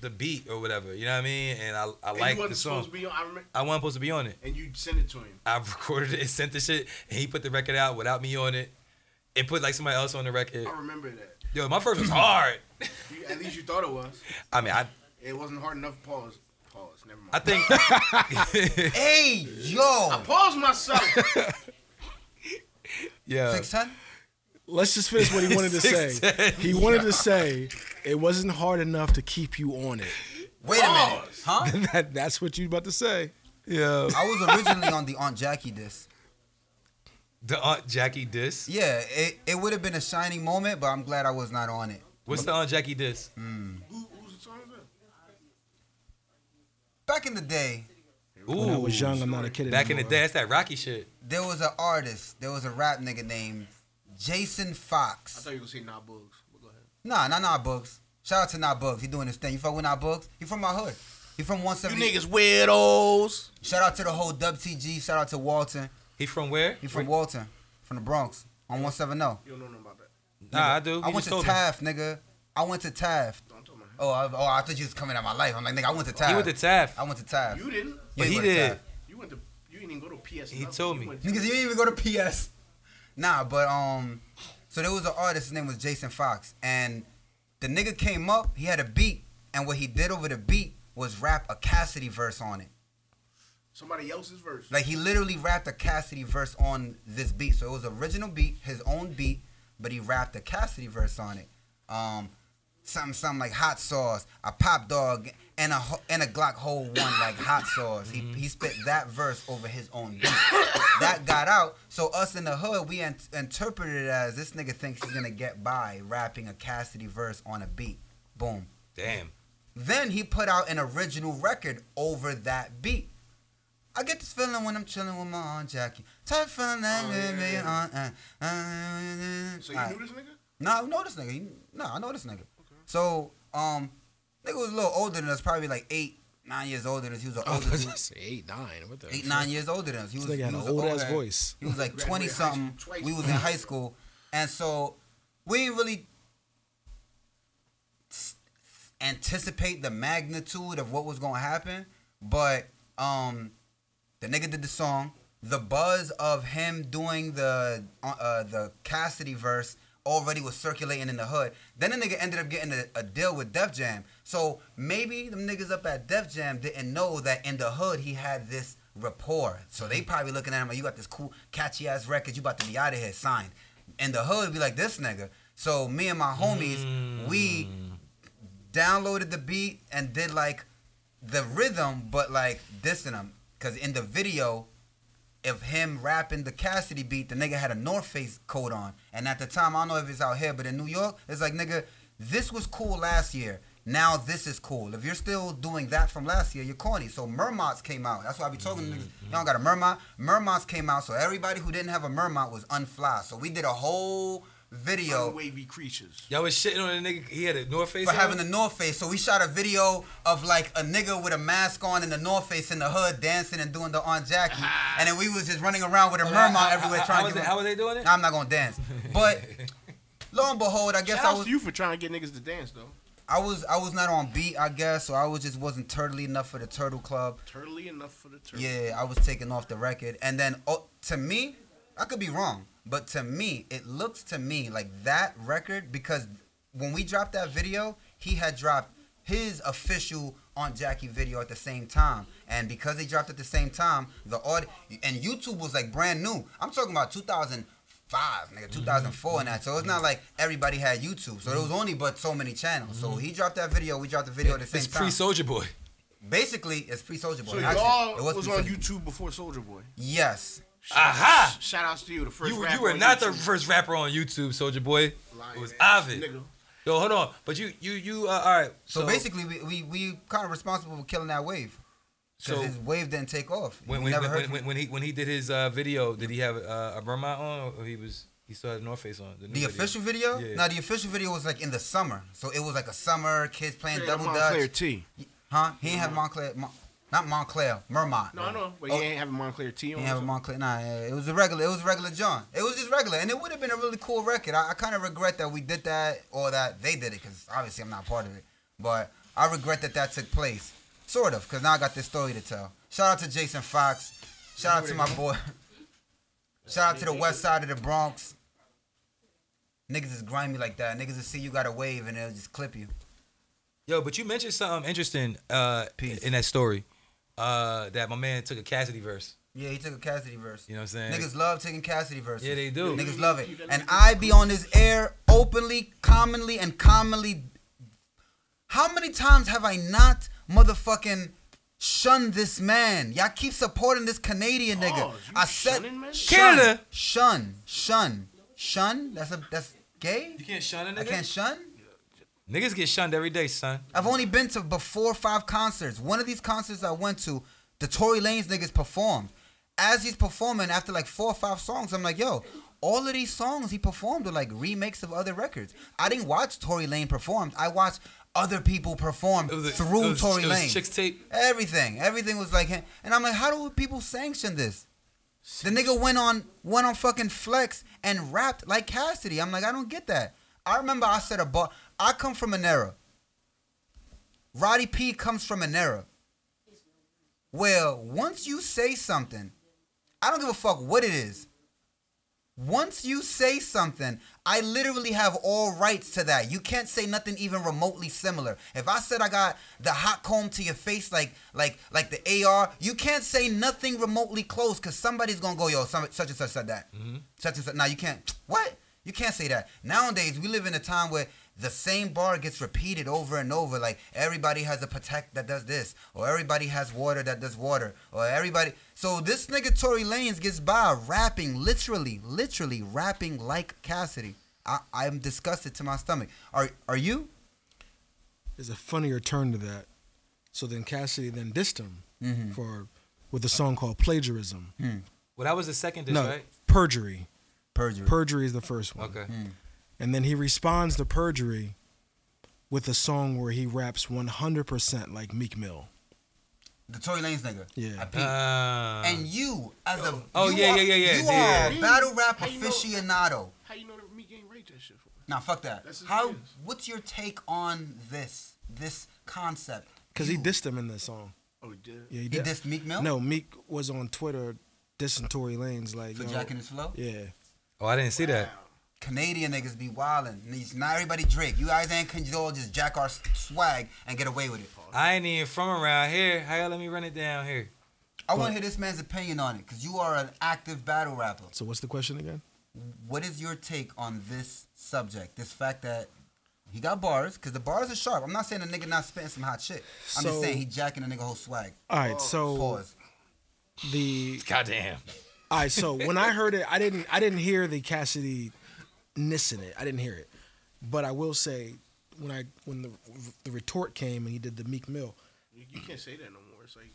the beat or whatever. You know what I mean? And I I and you like wasn't the supposed song. to be on, I remember, I wasn't supposed to be on it. and you sent it to him. I recorded it and sent the shit, and he put the record out without me on it. It put like somebody else on the record. I remember that. Yo, my first was hard. You, at least you thought it was. I mean, I It wasn't hard enough. Pause. Pause. Never mind. I think Hey, yo, Pause myself. yeah. six ten. Let's just finish what he wanted to say. 6'10", He wanted to say it wasn't hard enough to keep you on it. Wait a minute, Pause. huh? that, that's what you about to say. Yeah. I was originally on the Aunt Jackie disc. The Aunt Jackie diss. Yeah, it, it would have been a shining moment, but I'm glad I was not on it. What's the Aunt Jackie diss? Who, who's the song is that? Back in the day, When I Ooh. was young, I'm not a kid Back in the anymore. day, that's that Rocky shit. there was an artist, there was a rap nigga named Jason I Fox. thought you were gonna say Nah Bugs. But go ahead. Nah, nah, nah, Bugs. Shout out to Nah Bugs. He doing his thing. You fuck with Nah Bugs? He from my hood. He from 170. weirdos. Shout out to the whole WTG. Shout out to Walton. He from where? He from Walton, from the Bronx, on 170. You don't know nothing about that. Nah, I do. You I went just to told me. Taft, nigga. I went to Taft. Don't talk about Oh, I, oh, I thought you was coming at my life. I'm like, nigga, I went to Taft. He went to Taft. I went to Taft. that. You didn't. Yeah, But he went to did. Taft. You went to. You didn't even go to PS. He nothing. told me. went to- Niggas, you didn't even go to PS. Nah, but um, so there was an artist. His name was Jason Fox, and the nigga came up. He had a beat, and what he did over the beat was rap a Cassidy verse on it. somebody else's verse. Like he literally rapped a Cassidy verse on this beat. So it was original beat, his own beat, but he rapped a Cassidy verse on it. Um, something, something like hot sauce, a pop dog, and a ho- and a Glock hole one like hot sauce. He he spit that verse over his own beat. that got out. So us in the hood, we in- interpreted it as this nigga thinks he's gonna get by rapping a Cassidy verse on a beat. Boom. Damn. Then he put out an original record over that beat. I get this feeling when I'm chilling with my aunt Jackie. Type feeling that Oh, made yeah, me yeah. on. Uh, uh, So you Alright. knew this nigga? No, I know this nigga. He- No, I know this nigga. So, um, nigga was a little older than us, probably like eight, nine years older than us. He was an I was older, about dude, to say eight, nine. What the? eight, fuck? nine years older than us. He was, This nigga had he an was old ass older. voice. He was like Graduated twenty high school something. twice. We was in high school, and so we didn't really s- anticipate the magnitude of what was gonna happen. But um, the nigga did the song. The buzz of him doing the uh, uh, the Cassidy verse already was circulating in the hood. Then the nigga ended up getting a, a deal with Def Jam. So maybe them niggas up at Def Jam didn't know that in the hood he had this rapport. So they probably looking at him like, you got this cool, catchy ass record. You about to be out of here, signed. In the hood, be like this nigga. So me and my homies, we downloaded the beat and did like the rhythm, but like dissing him. Cause in the video of him rapping the Cassidy beat, the nigga had a North Face coat on. And at the time, I don't know if it's out here, but in New York, it's like, nigga, this was cool last year. Now this is cool. If you're still doing that from last year, you're corny. So Mermots came out. That's why I be talking to niggas. Y'all got a Mermot. Mermots came out, so everybody who didn't have a Mermot was unfly. So we did a whole video Wavy creatures. Y'all was shitting on a nigga. He had a North Face. for on? having the North Face. So we shot a video of like a nigga with a mask on and the North Face in the hood dancing and doing the Aunt Jackie, and then we was just running around with a How- how- mermaid everywhere how- trying how to was get. it- How were they doing it? I'm not gonna dance, but lo and behold, I guess Shout I out was to you for trying to get niggas to dance though. I was I was not on beat, I guess, so I was just wasn't turtly enough for the Turtle Club. Turtly enough for the turtle. Yeah, I was taken off the record, and then oh, to me, I could be wrong, but to me, it looks to me like that record because when we dropped that video, he had dropped his official Aunt Jackie video at the same time, and because they dropped at the same time, the aud and YouTube was like brand new. I'm talking about 2005, Mm-hmm. nigga, 2004 and that. So it's not like everybody had YouTube. So there was only but so many channels. So Mm-hmm. he dropped that video, we dropped the video at the same It's time. pre Soldier Boy. Basically, it's pre-Soldier Boy. So Actually, y'all it was, on pre-Soulja Boy. YouTube before Soldier Boy. Yes. Aha! Shout outs to you, the first You, rapper you were on not the YouTube. first rapper on YouTube, Soldier Boy. Lying It was ass Ovid. Nigga. Yo, hold on. But you, you, you. Uh, all right. So, basically, we, we we kind of responsible for killing that wave because so his wave didn't take off. when We when, never when, heard when, from when, he when he did his uh, video, did he have uh, a Burma on, or he was he still had a North Face on? new the video. official video. Yeah. Now the official video was like in the summer, so it was like a summer kids playing double Montclair dutch. T. Huh? He ain't have Montclair, Mon- not Montclair, Mermont. No, I know, but Oh, he ain't having Montclair T He on. ain't have a so- Montclair. Nah, yeah, it was a regular. It was a regular John. It was just regular, and it would have been a really cool record. I, I kind of regret that we did that or that they did it, because obviously I'm not part of it. But I regret that that took place, sort of, because now I got this story to tell. Shout out to Jason Fox. Shout out to my boy. Shout out to the West Side of the Bronx. Niggas is grimy like that. Niggas will see you got a wave and they'll just clip you. Yo, but you mentioned something interesting uh, Peace. in that story. Uh, that my man took a Cassidy verse. Yeah, he took a Cassidy verse. You know what I'm saying? Niggas love taking Cassidy verses. Yeah, they do. Niggas love it. And I be on this air openly, commonly, and commonly. How many times have I not motherfucking shunned this man? Y'all keep supporting this Canadian nigga. Oh, you I said shunning men? shun, Canada. Shun, shun, shun. That's a that's gay. You can't shun a I can't shun. Niggas get shunned every day, son. I've only been to before five concerts. One of these concerts I went to, the Tory Lanez niggas performed. As he's performing, after like four or five songs, I'm like, yo, all of these songs he performed are like remakes of other records. I didn't watch Tory Lane perform. I watched other people perform It was a- through it was- Tory it was Lane. Chicks tape. Everything, everything was like him. And I'm like, how do people sanction this? The nigga went on went on fucking flex and rapped like Cassidy. I'm like, I don't get that. I remember I said a bar. I come from an era. Roddy P comes from an era where once you say something, I don't give a fuck what it is. Once you say something, I literally have all rights to that. You can't say nothing even remotely similar. If I said I got the hot comb to your face like like like the AR, you can't say nothing remotely close because somebody's gonna go, yo, some, such and such said that. Such and such. Now you can't. What? You can't say that. Nowadays we live in a time where the same bar gets repeated over and over. Like everybody has a protect that does this, or everybody has water that does water, or everybody. So this nigga Tory Lanez gets by rapping, literally, literally rapping like Cassidy. I, I'm disgusted to my stomach. Are are you? There's a funnier turn to that. So then Cassidy then dissed him Mm-hmm. for with a song called plagiarism. Well, that was the second diss, No, right? perjury. Perjury. Perjury is the first Mm-hmm. one. Okay. And then he responds to perjury with a song where he raps 100% like Meek Mill. the Tory Lanez nigga. Yeah. I peeped. Uh, and you as a Oh, you yeah, are- yeah, yeah, yeah, you yeah. are a battle rap How you know- aficionado. How you know that me ain't rate that shit for? Now fuck that. That's his How? business. What's your take on this this concept? Because he You- dissed him in that song. Oh, he did. Yeah, he, He did. dissed Meek Mill. No, Meek was on Twitter dissing Tory Lanez like, for yo, jacking his flow. yeah. oh, I didn't see that. Canadian niggas be wildin'. These- Not everybody Drake. You guys ain't can all just jack our s- swag and get away with it. I ain't even from around here. How y'all let me run it down here? I want to hear this man's opinion on it because you are an active battle rapper. So what's the question again? What is your take on this subject? This fact that he got bars because the bars are sharp. I'm not saying the nigga not spitting some hot shit. I'm just So- saying he jacking the nigga whole swag. All right, so Pause. the Goddamn. all right, so when I heard it, I didn't I didn't hear the Cassidy nissing it. I didn't hear it, but I will say when I when the the retort came and he did the Meek Mill, You, you can't say that no more. It's like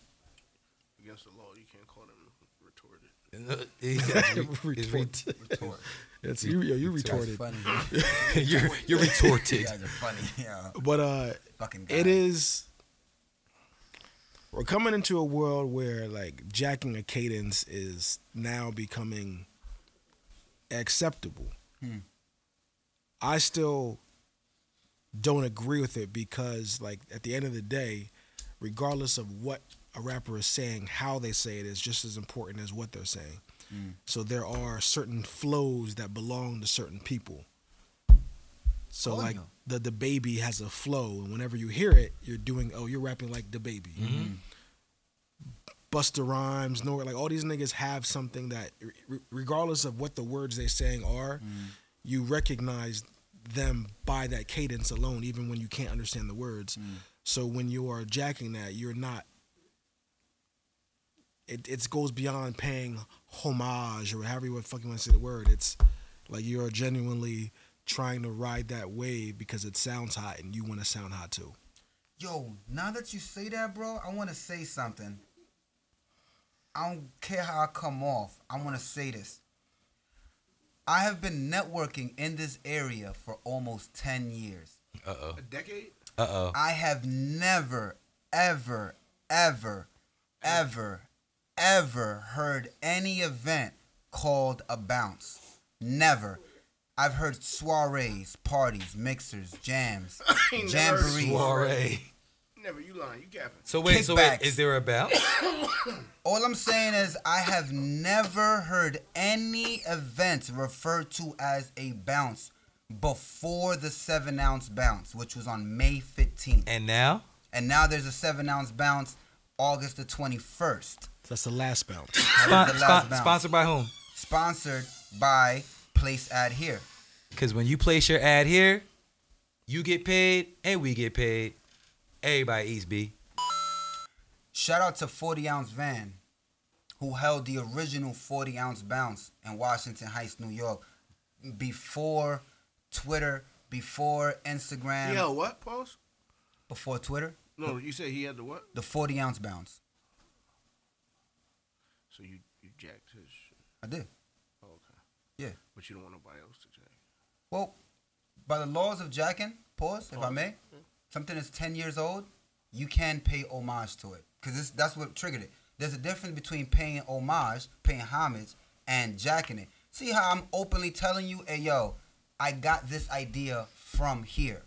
against the law. You can't call them retarded. It's re- retort. It's you, yo, you retorted, Funny. you're, you you're retorted. guys are funny. Yeah. but uh, Fucking. it guy. is. We're coming into a world where like jacking a cadence is now becoming acceptable. I still don't agree with it because like at the end of the day, regardless of what a rapper is saying, how they say it is just as important as what they're saying. So there are certain flows that belong to certain people. So Oh, like yeah. the the baby has a flow, and whenever you hear it, you're doing oh you're rapping like the baby. Buster Rhymes, Nor like all these niggas have something that, re- re- regardless of what the words they're saying are, you recognize them by that cadence alone, even when you can't understand the words. So when you are jacking that, you're not. It it goes beyond paying homage or however you would fucking want to say the word. It's like you are genuinely trying to ride that wave because it sounds hot and you want to sound hot too. Yo, now that you say that, bro, I want to say something. I don't care how I come off. I want to say this. I have been networking in this area for almost 10 years. Uh oh. A decade? Uh oh. I have never, ever, ever, ever, ever heard any event called a bounce. Never. I've heard soirees, parties, mixers, jams, ain't never heard jamborees. Soiree. Never. You lying. You gapping. So wait, so Kickbacks. wait, is there a bounce? All I'm saying is I have never heard any event referred to as a bounce before the seven ounce bounce, which was on May 15th. And now? And now there's a seven ounce bounce August the 21st. That's the last bounce. That Spon- was the last spon- bounce. sponsored by whom? Sponsored by Place Ad Here. Because when you place your ad here, you get paid and we get paid. Everybody eats B. Shout out to 40 ounce Van, who held the original 40 ounce bounce in Washington Heights, New York, before Twitter, before Instagram, Yo, what? Pause. before Twitter. No, you said he had the what? the 40 ounce bounce. So you you jacked his. Shit. I did. Oh, okay. Yeah. But you don't want nobody else to jack. Well, by the laws of jacking, pause, if I may, something that's 10 years old, you can pay homage to it. Because that's what triggered it. There's a difference between paying homage, paying homage, and jacking it. See how I'm openly telling you, hey, yo, I got this idea from here.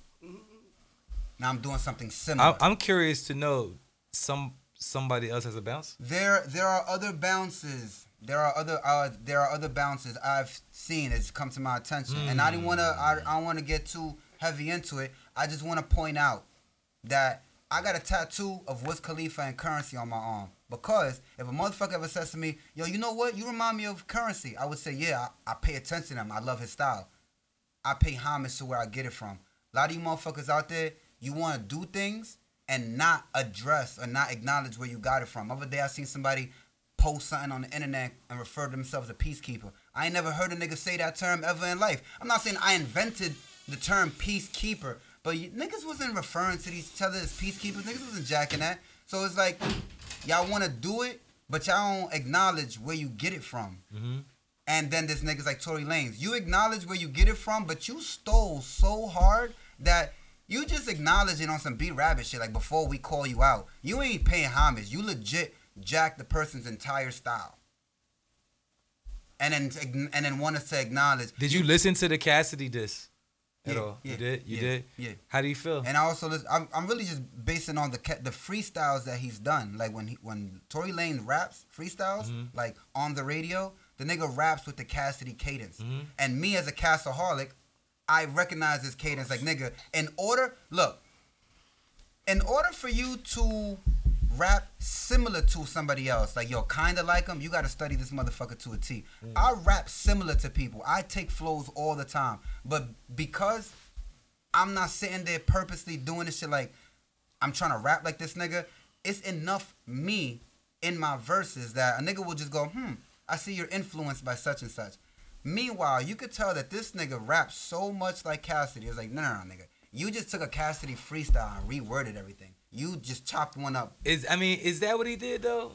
Now I'm doing something similar. I- I'm curious to know some somebody else has a bounce. There, there are other bounces There are other uh, there are other bounces I've seen that's come to my attention, and I didn't want to I, I don't want to get too heavy into it. I just want to point out that I got a tattoo of Wiz Khalifa and Currency on my arm because if a motherfucker ever says to me, "Yo, you know what? You remind me of Currency," I would say, "Yeah, I, I pay attention to him. I love his style. I pay homage to where I get it from." A lot of you motherfuckers out there, you want to do things and not address or not acknowledge where you got it from. Other day I seen somebody post something on the internet and refer to themselves as peacekeeper. I ain't never heard a nigga say that term ever in life. I'm not saying I invented the term peacekeeper, but you, niggas wasn't referring to each other as peacekeepers. Niggas wasn't jacking that. So it's like y'all want to do it, but y'all don't acknowledge where you get it from. And then this nigga's like Tory Lanez. You acknowledge where you get it from, but you stole so hard that you just acknowledge it on some B rabbit shit. Like before we call you out, you ain't paying homage. You legit jack the person's entire style. And then and then want us to acknowledge. Did you listen to the Cassidy diss at Yeah, all? yeah, you did. You yeah, did. yeah. How do you feel? And I also listen, I'm, I'm really just basing on the ca- the freestyles that he's done. Like when he, when Tory Lane raps freestyles, like on the radio, the nigga raps with the Cassidy cadence. And me as a Castaholic, I recognize this cadence. Like nigga, in order, look, in order for you to rap similar to somebody else, like yo, kinda like him, you gotta study this motherfucker to a T. I rap similar to people. I take flows all the time, but because I'm not sitting there purposely doing this shit like I'm trying to rap like this nigga. It's enough me in my verses that a nigga will just go, hmm, I see you're influenced by such and such. Meanwhile, you could tell that this nigga raps so much like Cassidy. It's like, no, no, no, nigga. You just took a Cassidy freestyle and reworded everything. You just chopped one up. Is I mean, is that what he did though?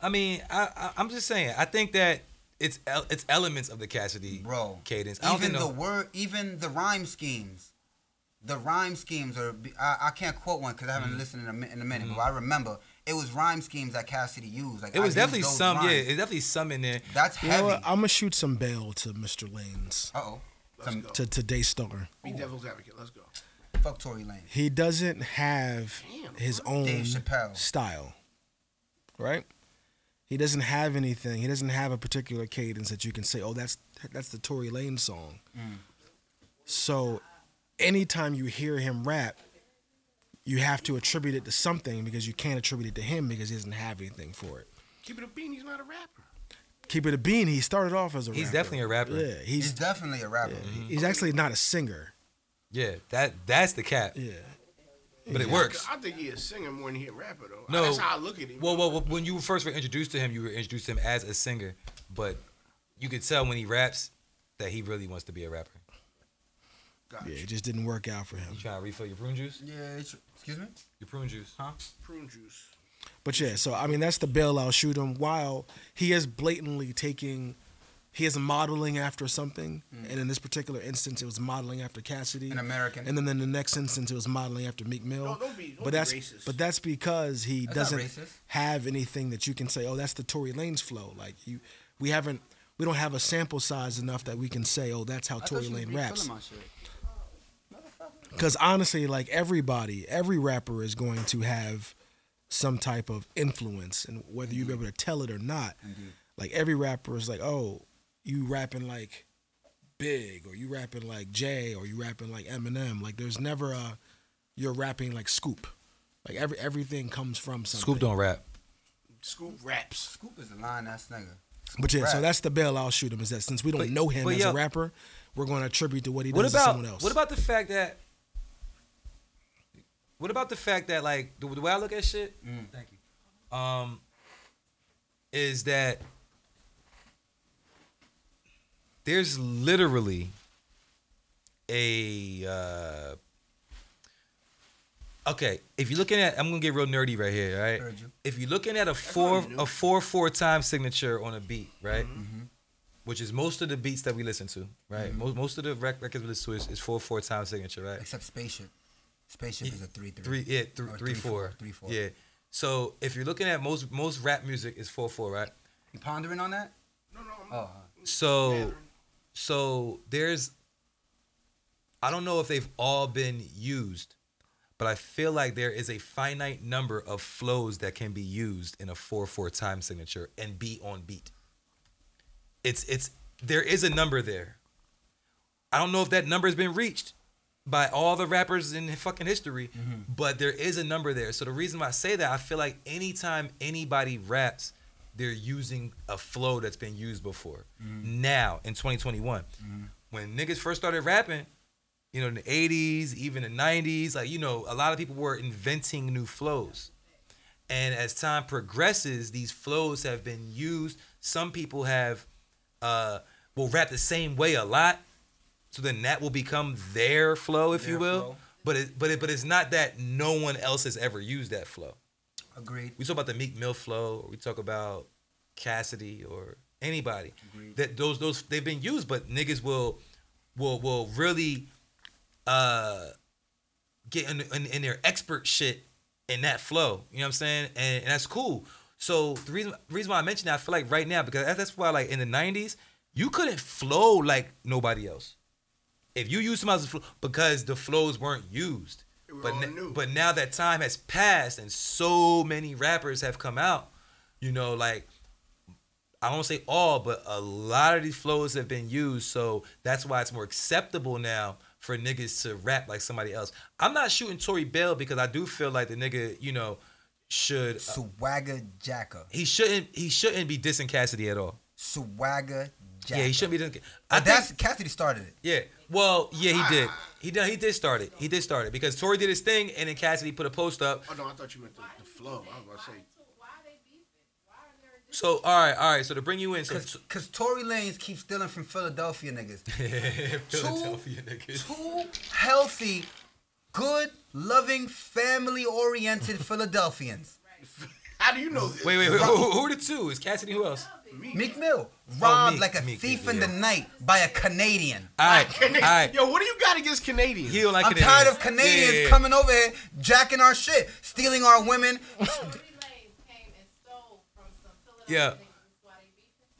I mean, I, I I'm just saying. I think that it's el- it's elements of the Cassidy Bro, cadence. I don't Even the think no- word, even the rhyme schemes. The rhyme schemes are, I, I can't quote one because I Mm. haven't listened in a, mi- in a minute, but I remember it was rhyme schemes that Cassidy used. Like it I was used definitely those some. Yeah, rhymes. it's definitely some in there. That's You know heavy. what? I'm gonna shoot some bail to Mr. Lanes Uh oh. Some to today's star. Be devil's advocate. Let's go. fuck Tory Lane. He doesn't have Damn, his bro. own Dave Chappelle. style, right? He doesn't have anything. He doesn't have a particular cadence that you can say, "Oh, that's that's the Tory Lane song." So, anytime you hear him rap, you have to attribute it to something because you can't attribute it to him because he doesn't have anything for it. Keep it a bean. He's not a rapper. Keep it a bean. He started off as a He's rapper. definitely a rapper. yeah. He's He's definitely a rapper. he's actually not a singer. Yeah, that that's the cap. Yeah. But it works. I think he a singer more than he a rapper though. No. That's how I look at him. Well, well, well, when you first were introduced to him, you were introduced to him as a singer, but you could tell when he raps that he really wants to be a rapper. Gotcha. Yeah. It just didn't work out for him. You trying to refill your prune juice? Yeah. It's, excuse me. Your prune juice? Huh? Prune juice. But yeah, so I mean that's the bailout shoot him while he is blatantly taking he is modeling after something. Mm. And in this particular instance it was modeling after Cassidy. An American. And then in the next instance it was modeling after Meek Mill. No, don't be- don't be but that's racist. but that's because he That's not doesn't racist. have anything that you can say, Oh, that's the Tory Lane's flow. Like you we haven't we don't have a sample size enough that we can say, "Oh, that's how Tory Lane raps." Because honestly, like everybody, every rapper is going to have some type of influence, and whether you be Mm-hmm. able to tell it or not, like every rapper is like, oh, you rapping like Big, or you rapping like Jay, or you rapping like Eminem. Like there's never a you're rapping like Scoop. Like every everything comes from something. Scoop don't rap. Scoop raps. Scoop is a line ass nigga. But yeah, so Rap. that's the bail I'll shoot him is that since we don't But- know him but as yo- a rapper, we're going to attribute to what he does What to about someone else. what about the fact that? What about the fact that like the, the way I look at shit? Mm. Thank you. Um, is that there's literally a uh, okay. If you're looking at, I'm gonna get real nerdy right here, right? Heard you. If you're looking at a four a four four time signature on a beat, right? Mm-hmm. Which is most of the beats that we listen to, right? Most most of the rec- records we listen to is, is four four time signature, right? Except spaceship. Spaceship is a three three. Three yeah, th- Or three, four. Three four. Yeah. So if you're looking at most most rap music is four four, right? You pondering on that? No, no. I'm Oh. not. uh, So so there's I don't know if they've all been used, but I feel like there is a finite number of flows that can be used in a four four time signature and be on beat. It's it's there is a number there. I don't know if that number has been reached by all the rappers in fucking history, but there is a number there. So the reason why I say that, I feel like anytime anybody raps, they're using a flow that's been used before. Now in 2021, when niggas first started rapping, you know, in the 80s, even the 90s, like you know, a lot of people were inventing new flows. And as time progresses, these flows have been used. Some people have uh will rap the same way a lot. So then that will become their flow, if you Their will. flow. But it but it but it's not that no one else has ever used that flow. Agreed. We talk about the Meek Mill flow, or we talk about Cassidy or anybody. Agreed. That those those they've been used, but niggas will will will really uh get in, in, in their expert shit in that flow. You know what I'm saying? And, and that's cool. So the reason reason why I mentioned that I feel like right now because that's, that's why like in the '90s you couldn't flow like nobody else. If you used somebody else's flow because the flows weren't used. They were But all n- new. but now that time has passed and so many rappers have come out. You know like I won't say all, but a lot of these flows have been used, so that's why it's more acceptable now for niggas to rap like somebody else. I'm not shooting Tory Bell because I do feel like the nigga, you know, should Swagger Jacker. he shouldn't he shouldn't be dissing Cassidy at all. Swagger Jacker. Yeah, he shouldn't be dissing. I But think- that's Cassidy started it. yeah. Well, yeah, he did. He did. He did start it. He did start it because Tory did his thing, and then Cassidy put a post up. Oh no, I thought you meant the, the flow. I was about to say So all right, all right. So to bring you in, so Cause, Cause Tory Lanez keeps stealing from Philadelphia niggas. Philadelphia niggas. Two healthy, good, loving, family-oriented Philadelphians. How do you know this? Wait, wait, wait. Who, who who are the two? Is Cassidy? Who else? Meek Mill robbed Oh, Meek- like a Meek thief Mill, in the yeah. night by a Canadian. All right, all right. Yo, what do you got against Canadians? He don't like I'm Canadians. tired of Canadians Yeah, yeah, yeah. coming over here, jacking our shit, stealing our women. Yeah. Two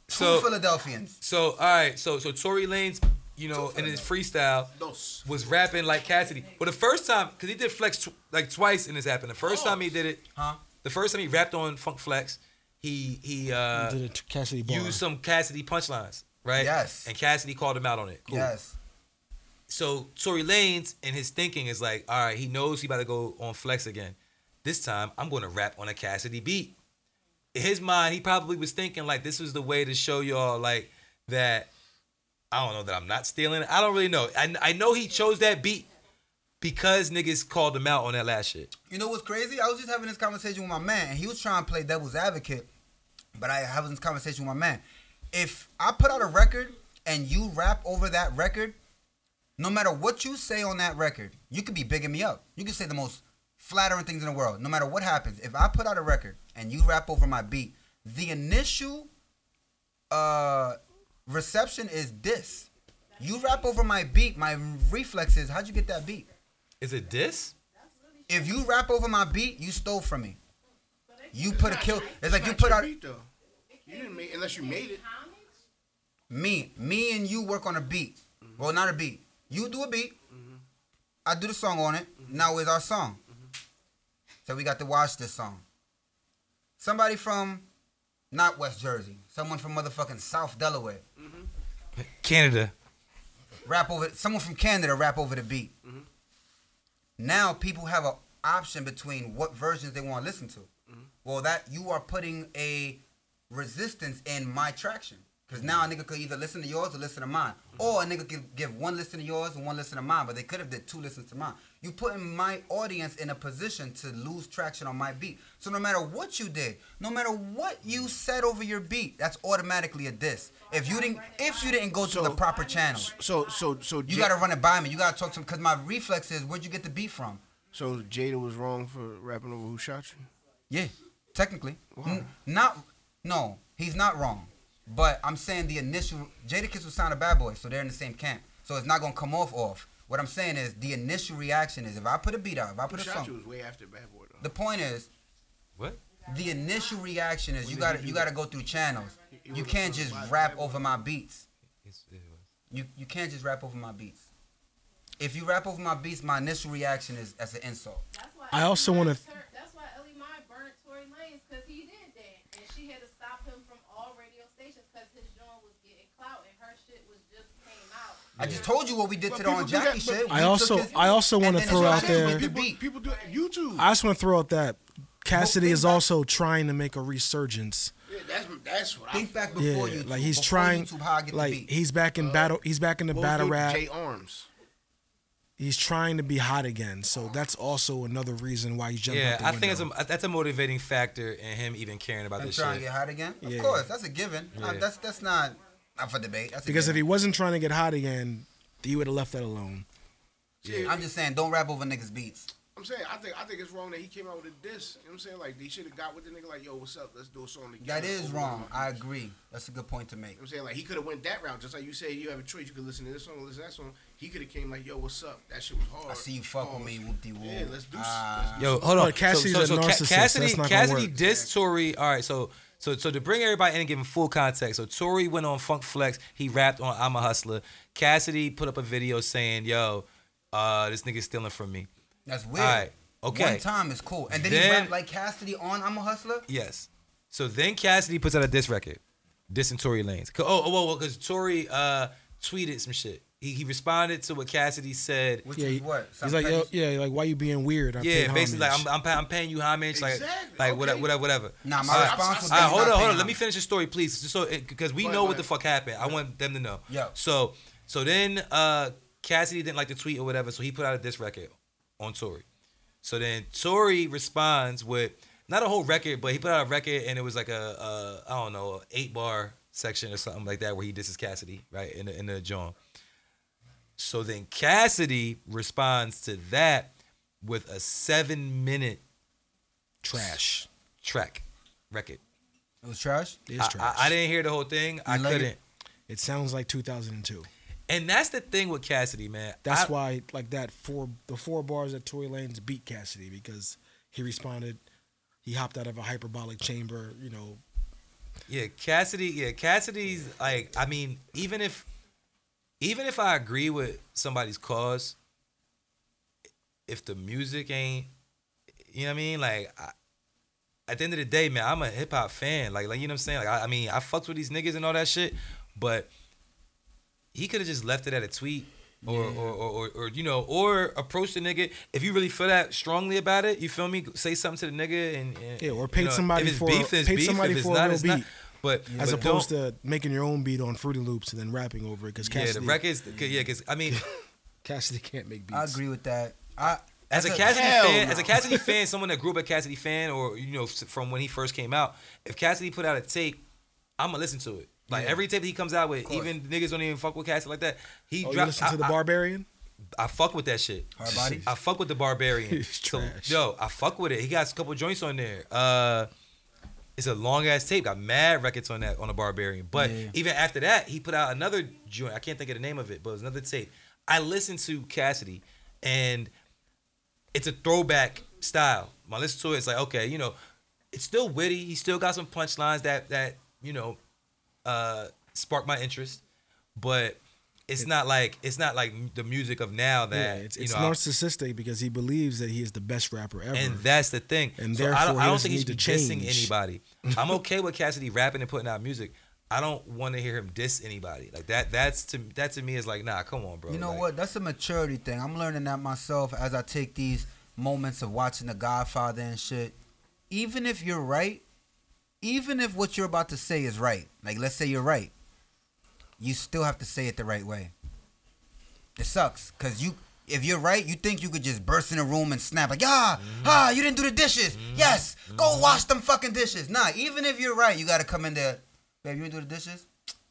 So, Philadelphians. so all right. So, so Tory Lanez, you know, in his freestyle, Those. was rapping like Cassidy. Well, the first time, cause he did flex tw- like twice, and this happened. The first time he did it, Oh, Huh? the first time he rapped on Funk Flex, he he uh, Did it to Cassidy Bar. used some Cassidy punchlines, right? Yes. And Cassidy called him out on it. Cool. Yes. so Tory Lanez in his thinking is like, all right, he knows he about to go on flex again. This time I'm going to rap on a Cassidy beat. In his mind, he probably was thinking like this was the way to show y'all like that. I don't know that I'm not stealing. I don't really know. I, I know he chose that beat because niggas called him out on that last shit. You know what's crazy? I was just having this conversation with my man, and he was trying to play devil's advocate, but I having this conversation with my man. If I put out a record and you rap over that record, no matter what you say on that record, you could be bigging me up. You could say the most flattering things in the world. No matter what happens, if I put out a record and you rap over my beat, the initial uh, reception is this. You rap over my beat, my reflexes. How'd you get that beat? Is it this? If you rap over my beat, you stole from me. You put a kill. It's like you Not put your out beat, though. You didn't make unless you made it. me, me and you work on a beat. Well, not a beat. You do a beat. I do the song on it. Now is our song. So we got to watch this song. Somebody from not West Jersey, someone from motherfucking South Delaware, Canada. rap over. Someone from Canada rap over the beat. Now people have an option between what versions they want to listen to. Well, that you are putting a resistance in my traction. Because now a nigga could either listen to yours or listen to mine. Or a nigga could give one listen to yours and one listen to mine, but they could have did two listens to mine. You putting my audience in a position to lose traction on my beat. So no matter what you did, no matter what you said over your beat, that's automatically a diss. If you didn't if you didn't go through the proper channels. So so so You gotta run it by me. You gotta talk to him because my reflex is where'd you get the beat from? so Jada was wrong for rapping over who shot you. Yeah, technically. N- not no, he's not wrong. But I'm saying the initial Jadakiss was signed a bad boy, so they're in the same camp. So it's not gonna come off off. What I'm saying is the initial reaction is if I put a beat out, if I Who put a shot you song. was way after Bad Boy though. The point is What? the initial reaction is you gotta you gotta go through channels. You can't just rap over my beats. It's, You you can't just rap over my beats. If you rap over my beats, my initial reaction is as an insult. I also wanna- That's why Ellie Mae burnt Tory Lanez because he did that, and she had to stop him from all radio stations because his joint was getting I just told you what we did But to the on people do that, Jackie but- shit. I We also- took his- I also and wanna then throw it's out what I'm saying, there- with the People, beat. people do YouTube. I just want to throw out that Cassidy think is back- also trying to make a resurgence. Yeah, that's that's what I Think back Yeah, before YouTube. like he's before trying. YouTube, how I get Uh, the Like beat. he's back in battle. He's back in the What battle was rap. J Arms. He's trying to be hot again. So that's also another reason why he's jumping. Yeah, out the I think it's window. a, that's a motivating factor in him even caring about I'm this trying to shit. get hot again. Of Yeah. course, that's a given. Uh, Yeah. that's that's not up for debate. That's a because if given. he wasn't trying to get hot again, he would have left that alone. Yeah. I'm just saying, don't rap over niggas' beats. I'm saying I think I think it's wrong that he came out with a diss. You know what I'm saying? Like they should have got with the nigga like, yo, what's up? Let's do a song together. That is Over wrong. and over. I You know agree. That's a good point to make. what I'm saying? Like he could have went that route, just like you said, you have a choice. You could listen to this song, listen to that song. He could have came like, yo, what's up? That shit was hard. I see you fuck Pause. with me, Ah, whoop de whoop. Yeah, let's do s- let's do Yo, hold on. But Cassidy's a Ca- narcissist. Cassidy, That's not gonna Cassidy work. dissed Tory. All right, so so so to bring everybody in and give them full context. So Tory went on Funk Flex. He rapped on I'm a Hustler. Cassidy put up a video saying, "Yo, uh, this nigga's stealing from me." That's weird. Alright, okay. One time is cool, and then, he Then- rapped like Cassidy on "I'm a Hustler." Yes. So then Cassidy puts out a diss record, dissing Tory Lanez. 'Cause- Oh, oh, well, because Tory uh, tweeted some shit. He, he responded to what Cassidy said. Which Yeah, is he- what? he's like, yo, Sometimes- yeah, like why you being weird? I paid Yeah, basically, homage. like I'm, I'm, I'm paying you homage, like, Exactly, like whatever, okay. whatever, whatever. Nah, my All right. response was All right, that he's hold not on, hold paying on. Let me homage. finish the story, please, just so because we Go ahead, know go what the ahead. fuck happened. I want them to know. Yeah. So, so then uh, Cassidy didn't like the tweet or whatever, so he put out a diss record on Tory. So then Tory responds with not a whole record, but he put out a record and it was like a, a I don't know, eight bar section or something like that where he disses Cassidy right in the, in the joint. So then Cassidy responds to that with a seven minute trash. track record. It was trash. It's I- I, trash. I didn't hear the whole thing. I like it? couldn't. It sounds like 2002. And that's the thing with Cassidy, man. That's I- why, like that four, the four bars that Tory Lanez beat Cassidy because he responded. He hopped out of a hyperbolic chamber. You know, Yeah, Cassidy. Yeah, Cassidy's like. I mean, even if, even if I agree with somebody's cause, if the music ain't, you know what I mean. Like, I, at the end of the day, man, I'm a hip hop fan. Like, like you know what I'm saying. Like, I, I mean, I fucked with these niggas and all that shit, but he could have just left it at a tweet. Or, or, or, or, or, you know, or approach the nigga if you really feel that strongly about it. You feel me? Say something to the nigga and, and Yeah, or you paid know, somebody if it's for- beef, it's paid beef. somebody if it's for a not, real it's not. beat. But as but opposed don't- to making your own beat on Fruity Loops and then rapping over it because yeah, Cassidy, the records. Yeah, because I mean, Cassidy can't make beats. I agree with that. I as a that's Cassidy Hell fan, no. as a Cassidy fan, someone that grew up a Cassidy fan, or you know, s- from when he first came out, if Cassidy put out a tape, I'm gonna listen to it. Like Yeah. every tape he comes out with, course. even niggas don't even fuck with Cassidy like that. He Oh, you dropped. listen to I- the I- Barbarian? I fuck with that shit. Hard Bodies? I fuck with the Barbarian. He's so, trash. yo, I fuck with it. He got a couple joints on there. Uh, it's a long ass tape. Got mad records on that on the Barbarian. But Yeah. even after that, he put out another joint. I can't think of the name of it, but it was another tape. I listened to Cassidy, and it's a throwback style. When I listen to it, it's like okay, you know, it's still witty. He still got some punchlines that that you know uh spark my interest, but it's not like it's not like m- the music of now that Yeah, it's, you it's know. I- narcissistic because he believes that he is the best rapper ever. and that's the thing. And so I don't, therefore, I he don't doesn't think he should be need to dissing change. anybody. I'm okay with Cassidy rapping and putting out music. I don't want to hear him diss anybody like that. That's to that to me is like nah, come on, bro. You know Like, what? That's a maturity thing. I'm learning that myself as I take these moments of watching The Godfather and shit. Even if you're right, even if what you're about to say is right, like let's say you're right, you still have to say it the right way. It sucks because you, if you're right, you think you could just burst in a room and snap like, ah, Mm-hmm. ah, you didn't do the dishes. Yes, go wash them fucking dishes. Nah, even if you're right, you gotta come in there, babe. You didn't do the dishes.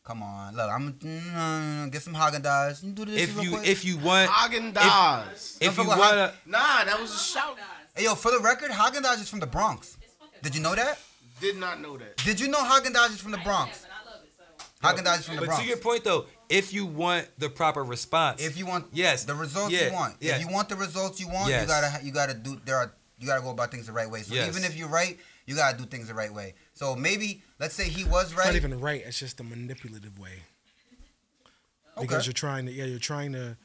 Come on, look, I'm mm, get some Haagen Dazs. You do the dishes If real you quick. if you want Hagen Dazs. if Don't you fuck with wanna Nah, that was a shout. Hey, yo, for the record, Haagen Dazs is from the Bronx. Did you know that? Did not know that. Did you know Haagen Dazs is from the Bronx? Haagen Dazs is from the But to your Bronx. point though, if you want the proper response, If you want Yes. the results Yeah. you want, Yeah. if you want the results you want, Yes. you gotta ha- you gotta do there are you gotta go about things the right way. So Yes. even if you're right, you gotta do things the right way. So maybe let's say he was It's right. not even right. It's just a manipulative way because Okay. you're trying to. Yeah, you're trying to.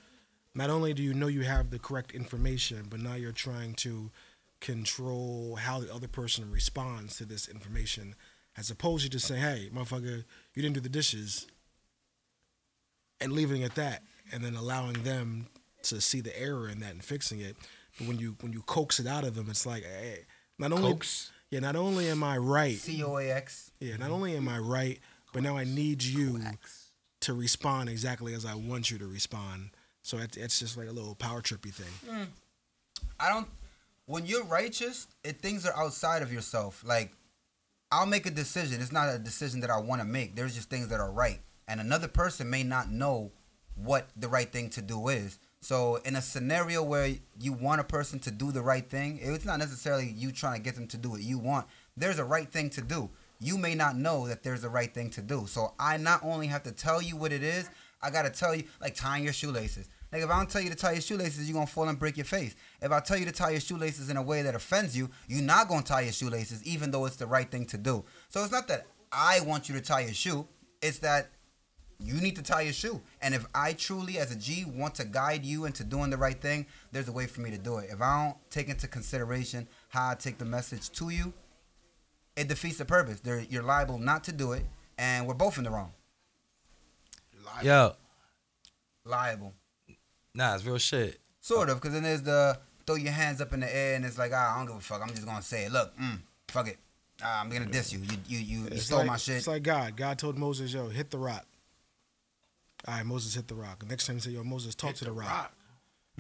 Not only do you know you have the correct information, but now you're trying to control how the other person responds to this information, as opposed to just saying, "Hey, motherfucker, you didn't do the dishes," and leaving it at that, and then allowing them to see the error in that and fixing it. But when you when you coax it out of them, it's like, hey, not only Coax? yeah, not only am I right, C O A X. yeah, not only am I right, but now I need you to respond exactly as I want you to respond. So it, it's just like a little power trippy thing. I don't. When you're righteous, it things are outside of yourself. Like, I'll make a decision. It's not a decision that I want to make. There's just things that are right, and another person may not know what the right thing to do is. So, in a scenario where you want a person to do the right thing, it's not necessarily you trying to get them to do what you want. There's a right thing to do. You may not know that there's a right thing to do. So, I not only have to tell you what it is, I gotta tell you, like tying your shoelaces. Like if I don't tell you to tie your shoelaces, you're gonna fall and break your face. If I tell you to tie your shoelaces in a way that offends you, you're not gonna tie your shoelaces, even though it's the right thing to do. So it's not that I want you to tie your shoe, it's that you need to tie your shoe. And if I truly, as a G, want to guide you into doing the right thing, there's a way for me to do it. If I don't take into consideration how I take the message to you, it defeats the purpose. There, you're liable not to do it, and we're both in the wrong. Yo, Liable. nah, it's real shit. Sort of, because then there's the throw your hands up in the air and it's like, ah, I don't give a fuck. I'm just gonna say it. Look, mm, fuck it. Ah, I'm gonna diss you. You you you, you It's stole like, my shit. It's like God. God told Moses, "Yo, hit the rock." All right, Moses hit the rock. The next time he said, "Yo, Moses, talk to the, rock,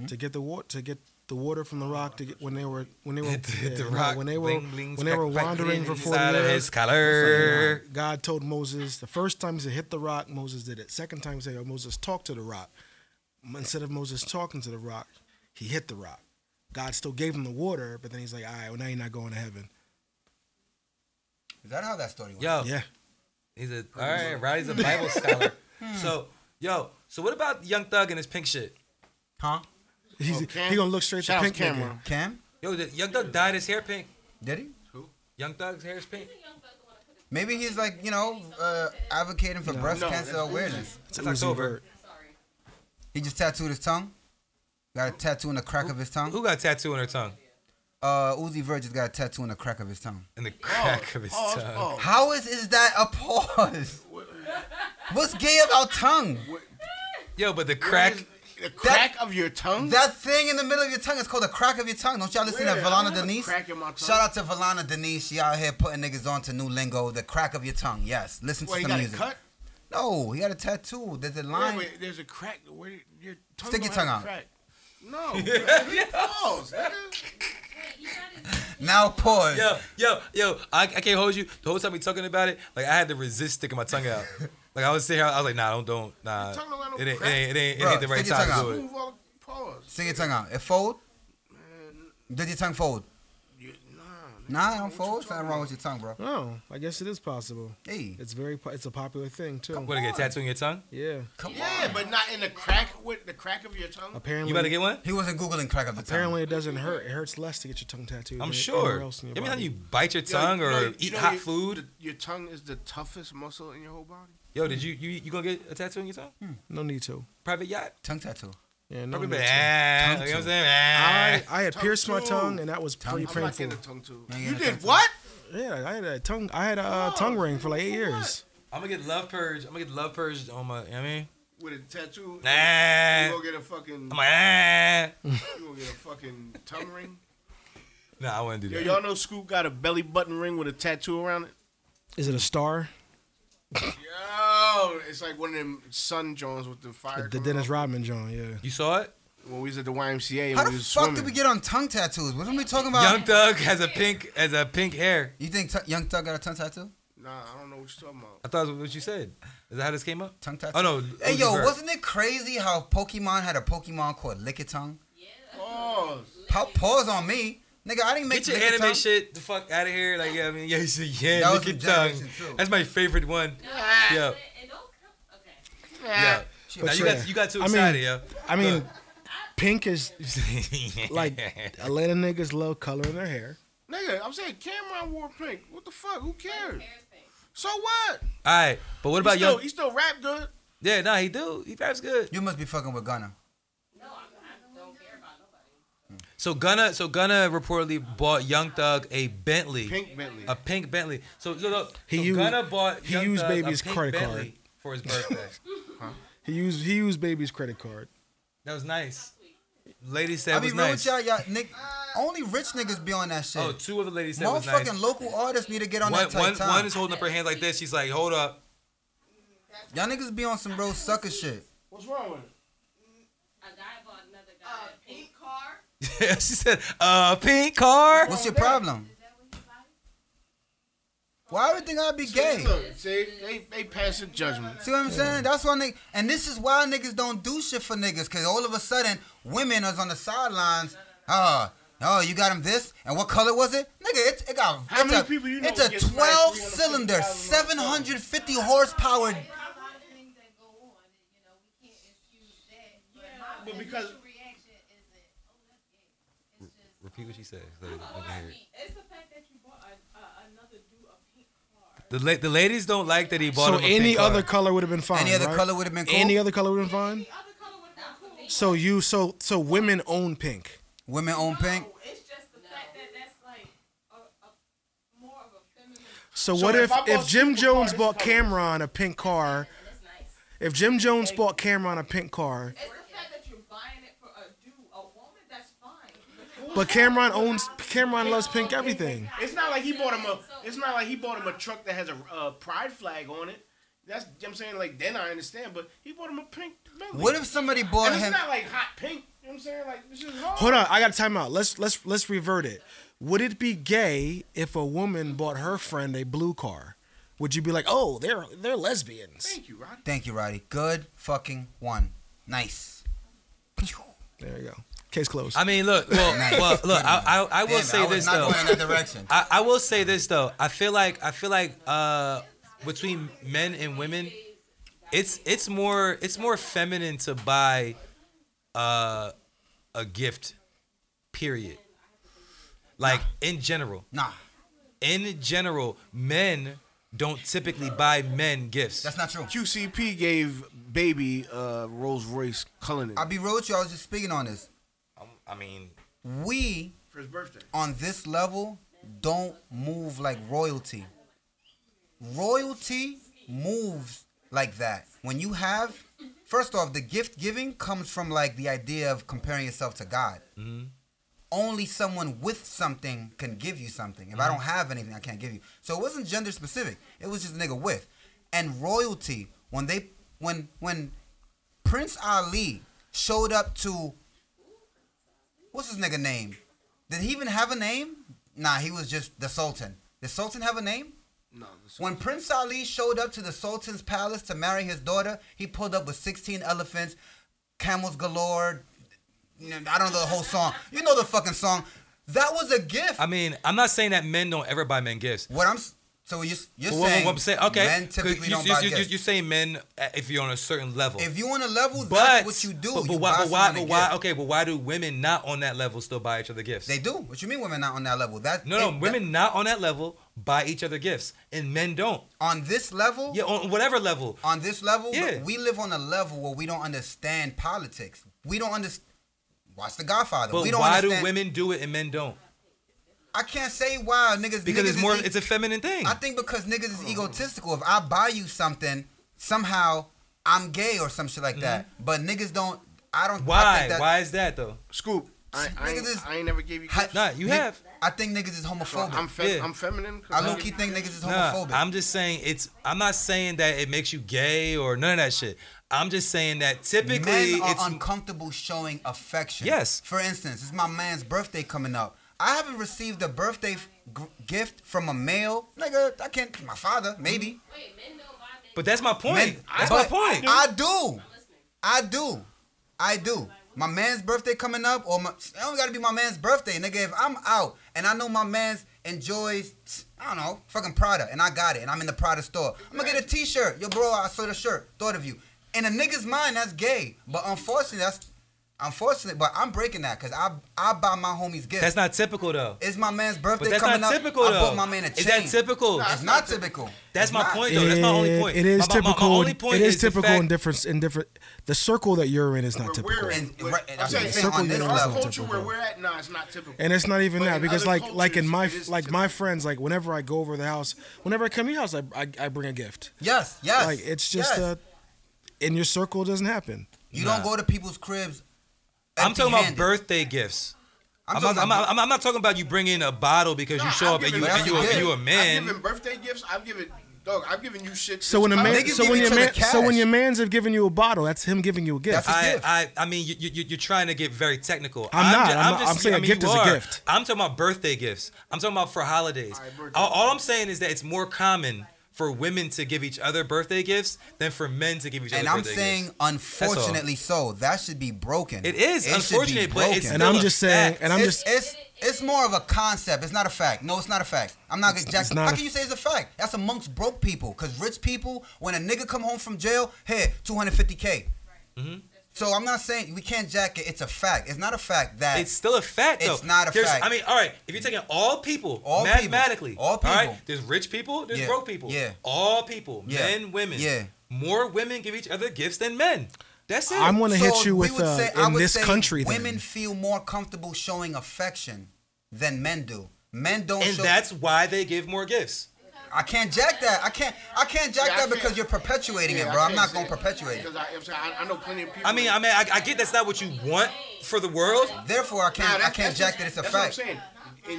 to get the water to get the water from Oh, the rock to get when they were when they were Hit the- hit yeah, the no, rock, when they were bling, bling, when they were smack, smack, wandering bling, for forty inside of years. his collar. God told Moses the first time he said, "Hit the rock." Moses did it. Second time he said, "Yo, Moses, talk to the rock." Instead of Moses talking to the rock, he hit the rock. God still gave him the water, but then he's like, "All right, well now you're not going to heaven." Is that how that story went? Yo, Oh, Yeah. he's a all right. Roddy's a Bible scholar. Hmm. So, yo, so what about Young Thug and his pink shit? Huh? He's, Cam- he gonna look straight shout to out pink to Cameron. nigga. Cam? Yo, did Young Thug dyed his hair pink. Did he? Young Thug's hair is pink. Maybe he's like, you know, uh, advocating for breast No, cancer that's- awareness. It's It's October. He just tattooed his tongue. Got a tattoo in the crack of his tongue. Who got a tattoo on her tongue? Uh, Uzi Vert just got a tattoo in the crack of his tongue. In the crack of his Oh, tongue. oh, How is is that a pause? What's gay about tongue? Yo, but the crack. The crack of your tongue. That thing in the middle of your tongue is called the crack of your tongue. Don't y'all listen Where? to I don't Valana have a Denise? crack in my tongue. Shout out to Valana Denise. She out here putting niggas on to new lingo. The crack of your tongue. Yes. Listen to Well, you some got a music. cut. No, he got a tattoo. There's a line. Wait, wait, there's a crack. Where your tongue Stick your don't tongue have a out. Crack. No. Pause, nigga. now pause. Yo, yo, yo! I, I can't hold you. The whole time we talking about it, like I had to resist sticking my tongue out. Like I was sitting here, I was like, nah, don't, don't, nah. Your tongue don't got no It ain't, it crack. ain't, it ain't, it Bruh, ain't the right stick your time to tongue do it. Move all. Pause. Stick your tongue out. It fold? Does your tongue fold? You, nah. nigga. Nah, it don't What you fold. talking Something wrong with your tongue, bro. Oh, I guess it is possible. Hey, It's very po- it's a popular thing too. What, to get tattooed on your tongue? Yeah. come Yeah, on. but not in the crack with the crack of your tongue. Apparently You about to get one? He wasn't Googling crack of the tongue. apparently it doesn't hurt. It hurts less to get your tongue tattooed. I'm than sure. anywhere Else in your Every time body. you bite your Yo, tongue you or know- you eat know hot your- food, Your tongue is the toughest muscle in your whole body. yo, did you, you you gonna get a tattoo on your tongue? no need to. Private yacht? Tongue tattoo. Yeah, no Probably need be, to. ah, you know Tongue what I'm too. saying? I, Ah. I had Tongue pierced my too. tongue and that was Tongue pretty I'm not painful. getting a tongue too. Yeah, You yeah, did tongue what? Yeah, I had a tongue. I had a uh, Oh, tongue ring for like eight for years. I'm gonna get love purge. I'm gonna get love purge on my. You know what I mean, With a tattoo? Nah. You gonna get a fucking? I'm like, ah. You gonna get a fucking tongue ring? no, I wouldn't do Yo, that. y'all know Scoop got a belly button ring with a tattoo around it. Is it a star? Yo, it's like one of them sun Jones with the fire. The coming Dennis off. Rodman joint. Yeah. You saw it? When we was at the YMCA, and How we the was fuck swimming. did we get on tongue tattoos? What are we talking about? Young Thug has a pink has a pink hair. you think t- Young Thug got a tongue tattoo? Nah, I don't know what you're talking about. I thought it was what you said. Is that how this came up? Tongue tattoo. Oh no. Hey Uzi yo, Vert. wasn't it crazy how Pokemon had a Pokemon called Lickitung? Oh, Pa- pause on me, nigga. I didn't make Get your Lickitung. anime shit the fuck out of here. Like, yeah, I mean, yeah, you said, yeah, That was lick your in tongue. Generation Two. That's my favorite one. Yeah, yeah. Now you yeah. got you got too I mean- excited, yo. I mean, pink is like yeah, Atlanta niggas love color in their hair. nigga, I'm saying Cameron wore pink. What the fuck? Who cares? So what? all right. But what about he still, young? He still rap good. Yeah, nah, he do. He raps good. You must be fucking with Gunna. So Gunna, so Gunna reportedly bought Young Thug a Bentley, Pink Bentley. a pink Bentley. So, so, so, He so used- Gunna bought he Young used Thug a baby's pink credit Bentley for his birthday. He used he used baby's credit card. That was nice. Lady said I it be was real nice. with y'all, y'all. Nick, only rich niggas be on that shit. Oh, two of the ladies said it was Motherfucking nice. local artists need to get on One, that type one, time. one is holding up her hand like this. She's like, hold up. y'all niggas be on some real sucker shit. What's wrong with it? A guy bought another guy a pink car. she said, uh, pink car. What's your problem? Why everything I be gay? Look, see, they, they pass a judgment. See what I'm saying? That's why niggas, and this is why niggas don't do shit for niggas, cause all of a sudden women is on the sidelines. Ah, oh, you got him this, and what color was it, nigga? It, it got. How it's many a, people you know It's a that gets smacked 12 350,000 cylinder, on the 750 horsepower. There's a lot of things that go on, and you know we can't excuse that. But my But because- initial reaction isn't, oh, that's gay. It's just Repeat what she said. it's the fact that you bought a, uh, another dude a pink car. The, la- the ladies don't like that he bought so him a any pink other car. color would have been fine. Any other right? color would have been cool. Any other color would have been fine. The other color would not cool. So you so so women own pink. Women own pink. No, it's just the fact that that's like a, a more of a feminine. So, So what if if I bought if Jim Supercar, Jones this bought color. Cameron a pink car? It's nice. If Jim Jones bought Cameron a pink car, It's the fact that you're buying it for a dude, a woman. That's fine. but Cameron owns Cameron loves pink everything. It's not like he bought him a. It's not like he bought him a truck that has a uh, pride flag on it. That's you know what I'm saying. Like then I understand, but he bought him a pink. Bentley. What if somebody bought And it's him? not like hot pink. You know what I'm saying? Like this is hard. Hold on, I got to time out. Let's let's let's revert it. Would it be gay if a woman bought her friend a blue car? Would you be like, oh, they're they're lesbians? Thank you, Roddy. Thank you, Roddy. Good fucking one. Nice. There you go. Case closed. I mean, look, well, Nice. well look, I, I, I will Damn it, say I was this, not though. going in that direction. I, I will say this though. I feel like I feel like uh, between men and women, it's it's more it's more feminine to buy uh, a gift. Period. Like in general, Nah, in general, men don't typically buy men gifts. that's not true. QCP gave baby uh, Rolls Royce Cullinan I'll be real with you. I was just speaking on this. Um, I mean, We for his birthday. on this level don't move like royalty. Royalty moves like that. When you have, first off, the gift giving comes from like the idea of comparing yourself to God. Only someone with something can give you something. If I don't have anything, I can't give you. So it wasn't gender specific. It was just a nigga with. And royalty, when they when when Prince Ali showed up to what's his nigga name? Did he even have a name? Nah, he was just the Sultan. Did Sultan have a name? No, this- When Prince Ali showed up to the Sultan's palace to marry his daughter, he pulled up with 16 elephants, camels galore. You know, I don't know the whole song. You know the fucking song. That was a gift. I mean, I'm not saying that men don't ever buy men gifts. what I'm s- so you're, s- you're What- what- saying, what I'm saying, okay, men 'cause typically you, don't you, buy you, gifts. are saying men uh, if you're on a certain level. if you on a level, But that's what you do. But, but you why? buy But why? someone a But why? gift. Okay, but why do women not on that level still buy each other gifts? They do. What you mean women not on that level? That no, no, it- women not on that level buy each other gifts, and men don't. that- on this level. Yeah, on whatever level. on this level, but Yeah. we live on a level where we don't understand politics. We don't understand. Watch The Godfather. But we don't why understand. do women do it and men don't? I can't say why niggas. Because niggas it's more. Is, e- It's a feminine thing. Oh. I think because niggas is egotistical. If I buy you something, somehow I'm gay or some shit like that. But niggas don't. I don't. I Mm-hmm. Why? think that, Why is that though? Scoop. I, I, Nigga, ain't, this- I ain't never gave you. Hi- Nah, you Nig- have. I think niggas is homophobic. I'm fe- Yeah. I'm feminine. 'cause I I low key think niggas is Nah, homophobic. I'm just saying it's. I'm not saying that it makes you gay or none of that shit. I'm just saying that typically Men are it's. uncomfortable showing affection. Yes. For instance, it's my man's birthday coming up. I haven't received a birthday f- g- gift from a male. Nigga, I can't. My father, maybe. Wait, men don't buy that. but that's my point. Men- that's my but point. I do. I do. I do. My man's birthday coming up, or my, it don't gotta be my man's birthday, nigga. If I'm out and I know my man's enjoys, I don't know, fucking Prada, and I got it, and I'm in the Prada store, I'm gonna get a T-shirt. Yo, bro, I saw the shirt, thought of you. In a nigga's mind, that's gay, but unfortunately, that's unfortunate. But I'm breaking that because I I buy my homies gifts. That's not typical though. it's my man's birthday But that's coming not up. typical I though. bought my man a chain. Is that typical? It's not typical. That's It's my not. point, though. That's my only It- point. It is My- my- my typical. only point it is, is the typical fact- in different in different. The circle that you're in is not Where typical. we're And- in, and right- and I'm I'm saying, saying on in this our level. culture where Typical. we're at, nah, it's not typical. And it's not even But that in because other like like in cultures, my it is like my friends like whenever I go over the house whenever I come to your house I, I, I bring a gift Yes, yes. like it's just yes. uh in your circle it doesn't happen. You Nah. don't go to people's cribs. I'm talking empty-handed. about birthday gifts. I'm, talking not, I'm, about- not, I'm, I'm not talking about you bringing in a bottle because you Nah, show I've up and given- you But and that's you, what and you you a did. I've man. given birthday gifts. I've given dog. I've given you shit. So when a since man, college. Niggas so give when each your other man, so cash. when your man's have given you a bottle, that's him giving you a gift. That's a I, gift. I I mean you, you you- you're trying to get very technical. I'm not. I'm not- I'm saying a gift you is a are. gift. I'm talking about birthday gifts. I'm talking about for holidays. All right, birthday. all, all I'm saying is that it's more common for women to give each other birthday gifts than for men to give each other. And I'm birthday saying, gifts. unfortunately, so that should be broken. It is should be unfortunate, but it's broken. and still I'm a just saying, fact. and I'm it's, just it's it's more of a concept. It's not a fact. No, it's not a fact. I'm not gonna Jack. it's not How a- can you say it's a fact? That's amongst broke people. Cause rich people, when a nigga come home from jail, here 250k. Mm-hmm. So I'm not saying we can't jack it. It's a fact. It's not a fact that It's still a fact, though. It's not a There's- fact. I mean, all right. If you're taking all people, All people. mathematically, All people. there's rich people, there's Yeah. broke people. Yeah. All people, Yeah. men, women. Yeah. More women give each other gifts than men. That's it. I'm So gonna hit you we with would uh, say- I in would this say country. then. Women feel more comfortable showing affection than men do. Men don't. and show, that's why they give more gifts. I can't jack that. I can't. I can't jack Yeah, I that can't- because you're perpetuating Yeah, it, I bro. I'm can't not say gonna it. perpetuate it. Because I, I'm saying, I, I know plenty of people. I mean, I mean, I, I get that's not what you want for the world. Therefore, I Nah, can't. I that's- can't that's jack what- that it's a that's fact. What I'm saying.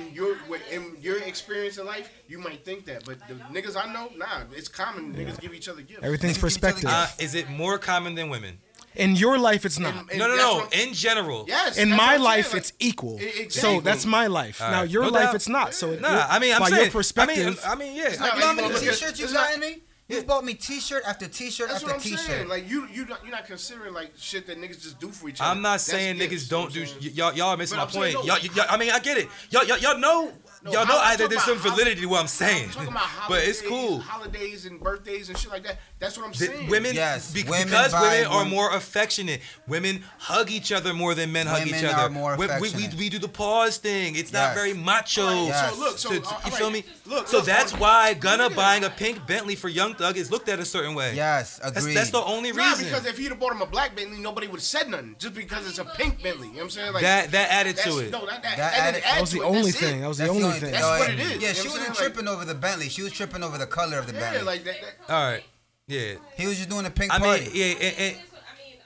In your wi- in your experience in life, you might think that, but the niggas I know, nah, it's common. Niggas give each other gifts. everything's Niggas give each other perspective. Uh, is it more common than women? in your life, it's not. And- and no, no, that's no. what I'm- In general. yes. in that's what my I'm saying, life, like- it's E- equal. So exactly. that's my life. now right. your No life, doubt. it's not. So it- Nah, I mean, I'm by saying. your perspective, I mean, I mean yeah. not You know how many Look, it's- t-shirts you it's not- got in me? You bought me t-shirt after t-shirt That's what after I'm saying. t-shirt. Like you, you, not- you're not considering like shit that niggas just do for each other. I'm not That's saying gifts, niggas you know don't what do. I'm Y- saying? y'all, y'all are missing But my I'm saying, point. no. Y'all, y'all, I mean, I get it. Y'all, y'all, y'all know. No, y'all know I'm either talking there's some about- validity to what I'm I'm saying, talking about holidays, but it's cool. Holidays and birthdays and shit like that. That's what I'm Th- saying. women, Yes, be- women because buy women are one- more affectionate. Women hug each other more than men hug each Women other. are more We- we, we, affectionate. we do the pause thing. It's not Yes. very macho. Alright, Yes. So look, so to- to- all you right, feel me? Look, so look, that's on- why Gunna Yeah. buying a pink Bentley for Young Thug is looked at a certain way. Yes, that's, agreed. that's the only reason. Nah, because if he'd have bought him a black Bentley, nobody would have said nothing. Just because it's a pink Bentley, you know what I'm saying? Like that that added that's, to it. No, that, that, that, That didn't added- add that was to the it. only That's it. thing. That was the only thing. That's No, what and- it is. Yeah, You she know what I'm wasn't saying? Like- tripping over the Bentley. She was tripping over the color of the Yeah, Bentley. like that. that All right. Yeah. he was just doing a pink I party. mean, yeah. And, and, Here's what- I mean,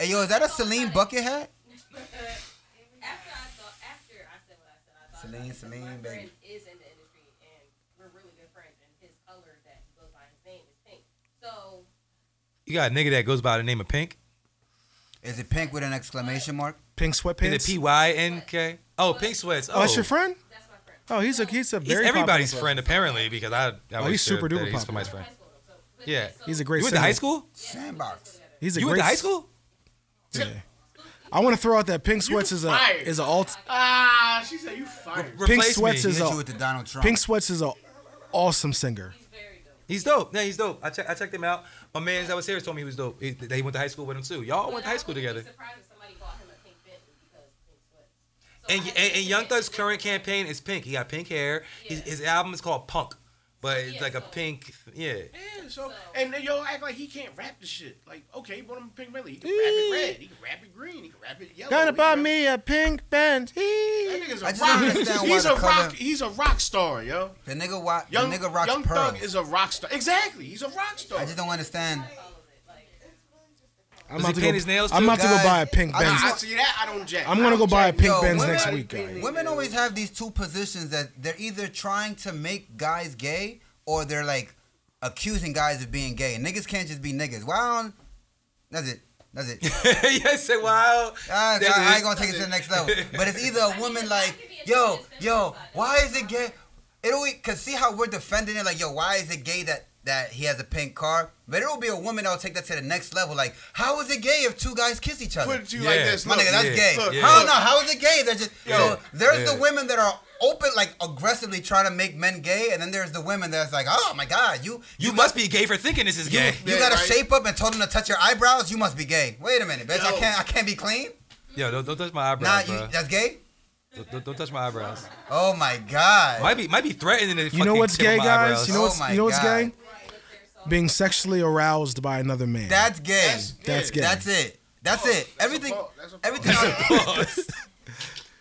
I, Hey, yo, is that a Celine bucket hat? after I thought, after I said what I said, I thought Celine, about it, because Celine, my friend baby. is in the industry and we're really good friends. And his color that he goes by his name is pink. So you got a nigga that goes by the name of Pink. Is it pink with an exclamation mark? pink sweatpants. Is it P Y N K? Oh, Pink Sweats. oh, Oh, that's your friend. that's my friend. Oh, he's a he's a He's very everybody's popular- Oh, friend apparently because I. I was he's sure super that duper He's popular. somebody's friend. High school though. So, but Yeah. He's a great. You went to singer. high school? Sandbox. He's a You great went to high s- school? Yeah. I want to throw out that pink sweats is a fired. is a alt. Ah, she said you fired. Replace me. Sweats is Hit a- you with the Donald Trump. Pink sweats is a awesome singer. He's dope. Yeah, he's dope. I, check, I checked him out. My man that was here told me he was dope. He, that he went to high school with him too. Y'all went to high school together. I'm surprised if somebody bought him a pink Bentley because pink sweats. And, and, and Young Thug's current campaign is pink. He got pink hair. His, his album is called Punk, but it's like a pink. Yeah. Yeah, so and then y'all act like he can't rap the shit. Like, okay, he bought him a pink Bentley. He can rap it red. He can rap it green. He can rap it yellow. Gonna He can buy rap- me a pink band. That nigga's a I just rock. don't understand why He's the a rock. color- He's a rock star, yo. The nigga, wa- Young, the nigga rocks young pearls. Thug is a rock star. Exactly. He's a rock star. I just don't understand. I'm Does about he to paint go- his nails I'm too? about to go Guys, buy a pink I Nah, band. I see that. I don't jack. I'm gonna go buy a pink Yo, Benz women- next week. guys. Women always have these two positions that they're either trying to make guys gay or they're like accusing guys of being gay. Niggas can't just be niggas. Why don't? That's it. That's it. yes. say, Wow. I, That's I- I it. ain't gonna take it to the next level. But it's either a woman like, yo, yo, why is it gay? It always cause see how we're defending it like, yo, why is it gay that that he has a pink car? But it'll be a woman that'll take that to the next level. Like, how is it gay if two guys kiss each other? put it to you like Yeah. this. My Look, nigga, that's yeah, gay. Look, Yeah. How look. no? How is it gay? They're just so there's Yeah. the women that are open, like aggressively trying to make men gay, and then there's the women that's like, oh my god, you You must be gay for thinking this is gay. you Yeah, got to right. shape up and told them to touch your eyebrows. You must be gay. Wait a minute, bitch. I Yo. can't. I can't be clean. Yo, don't, don't touch my Nah, eyebrows, you, bro. that's gay. Don't, don't, don't touch my eyebrows. Oh my god. Might be might be threatening to You know fucking what's tip gay, my guys? eyebrows. You know Oh what's my you know what's God. gay? Being sexually aroused by another man. That's gay. That's- That's, That's yeah. gay. it. That's Oh, it. that's a Everything. fault. That's a fault. Everything.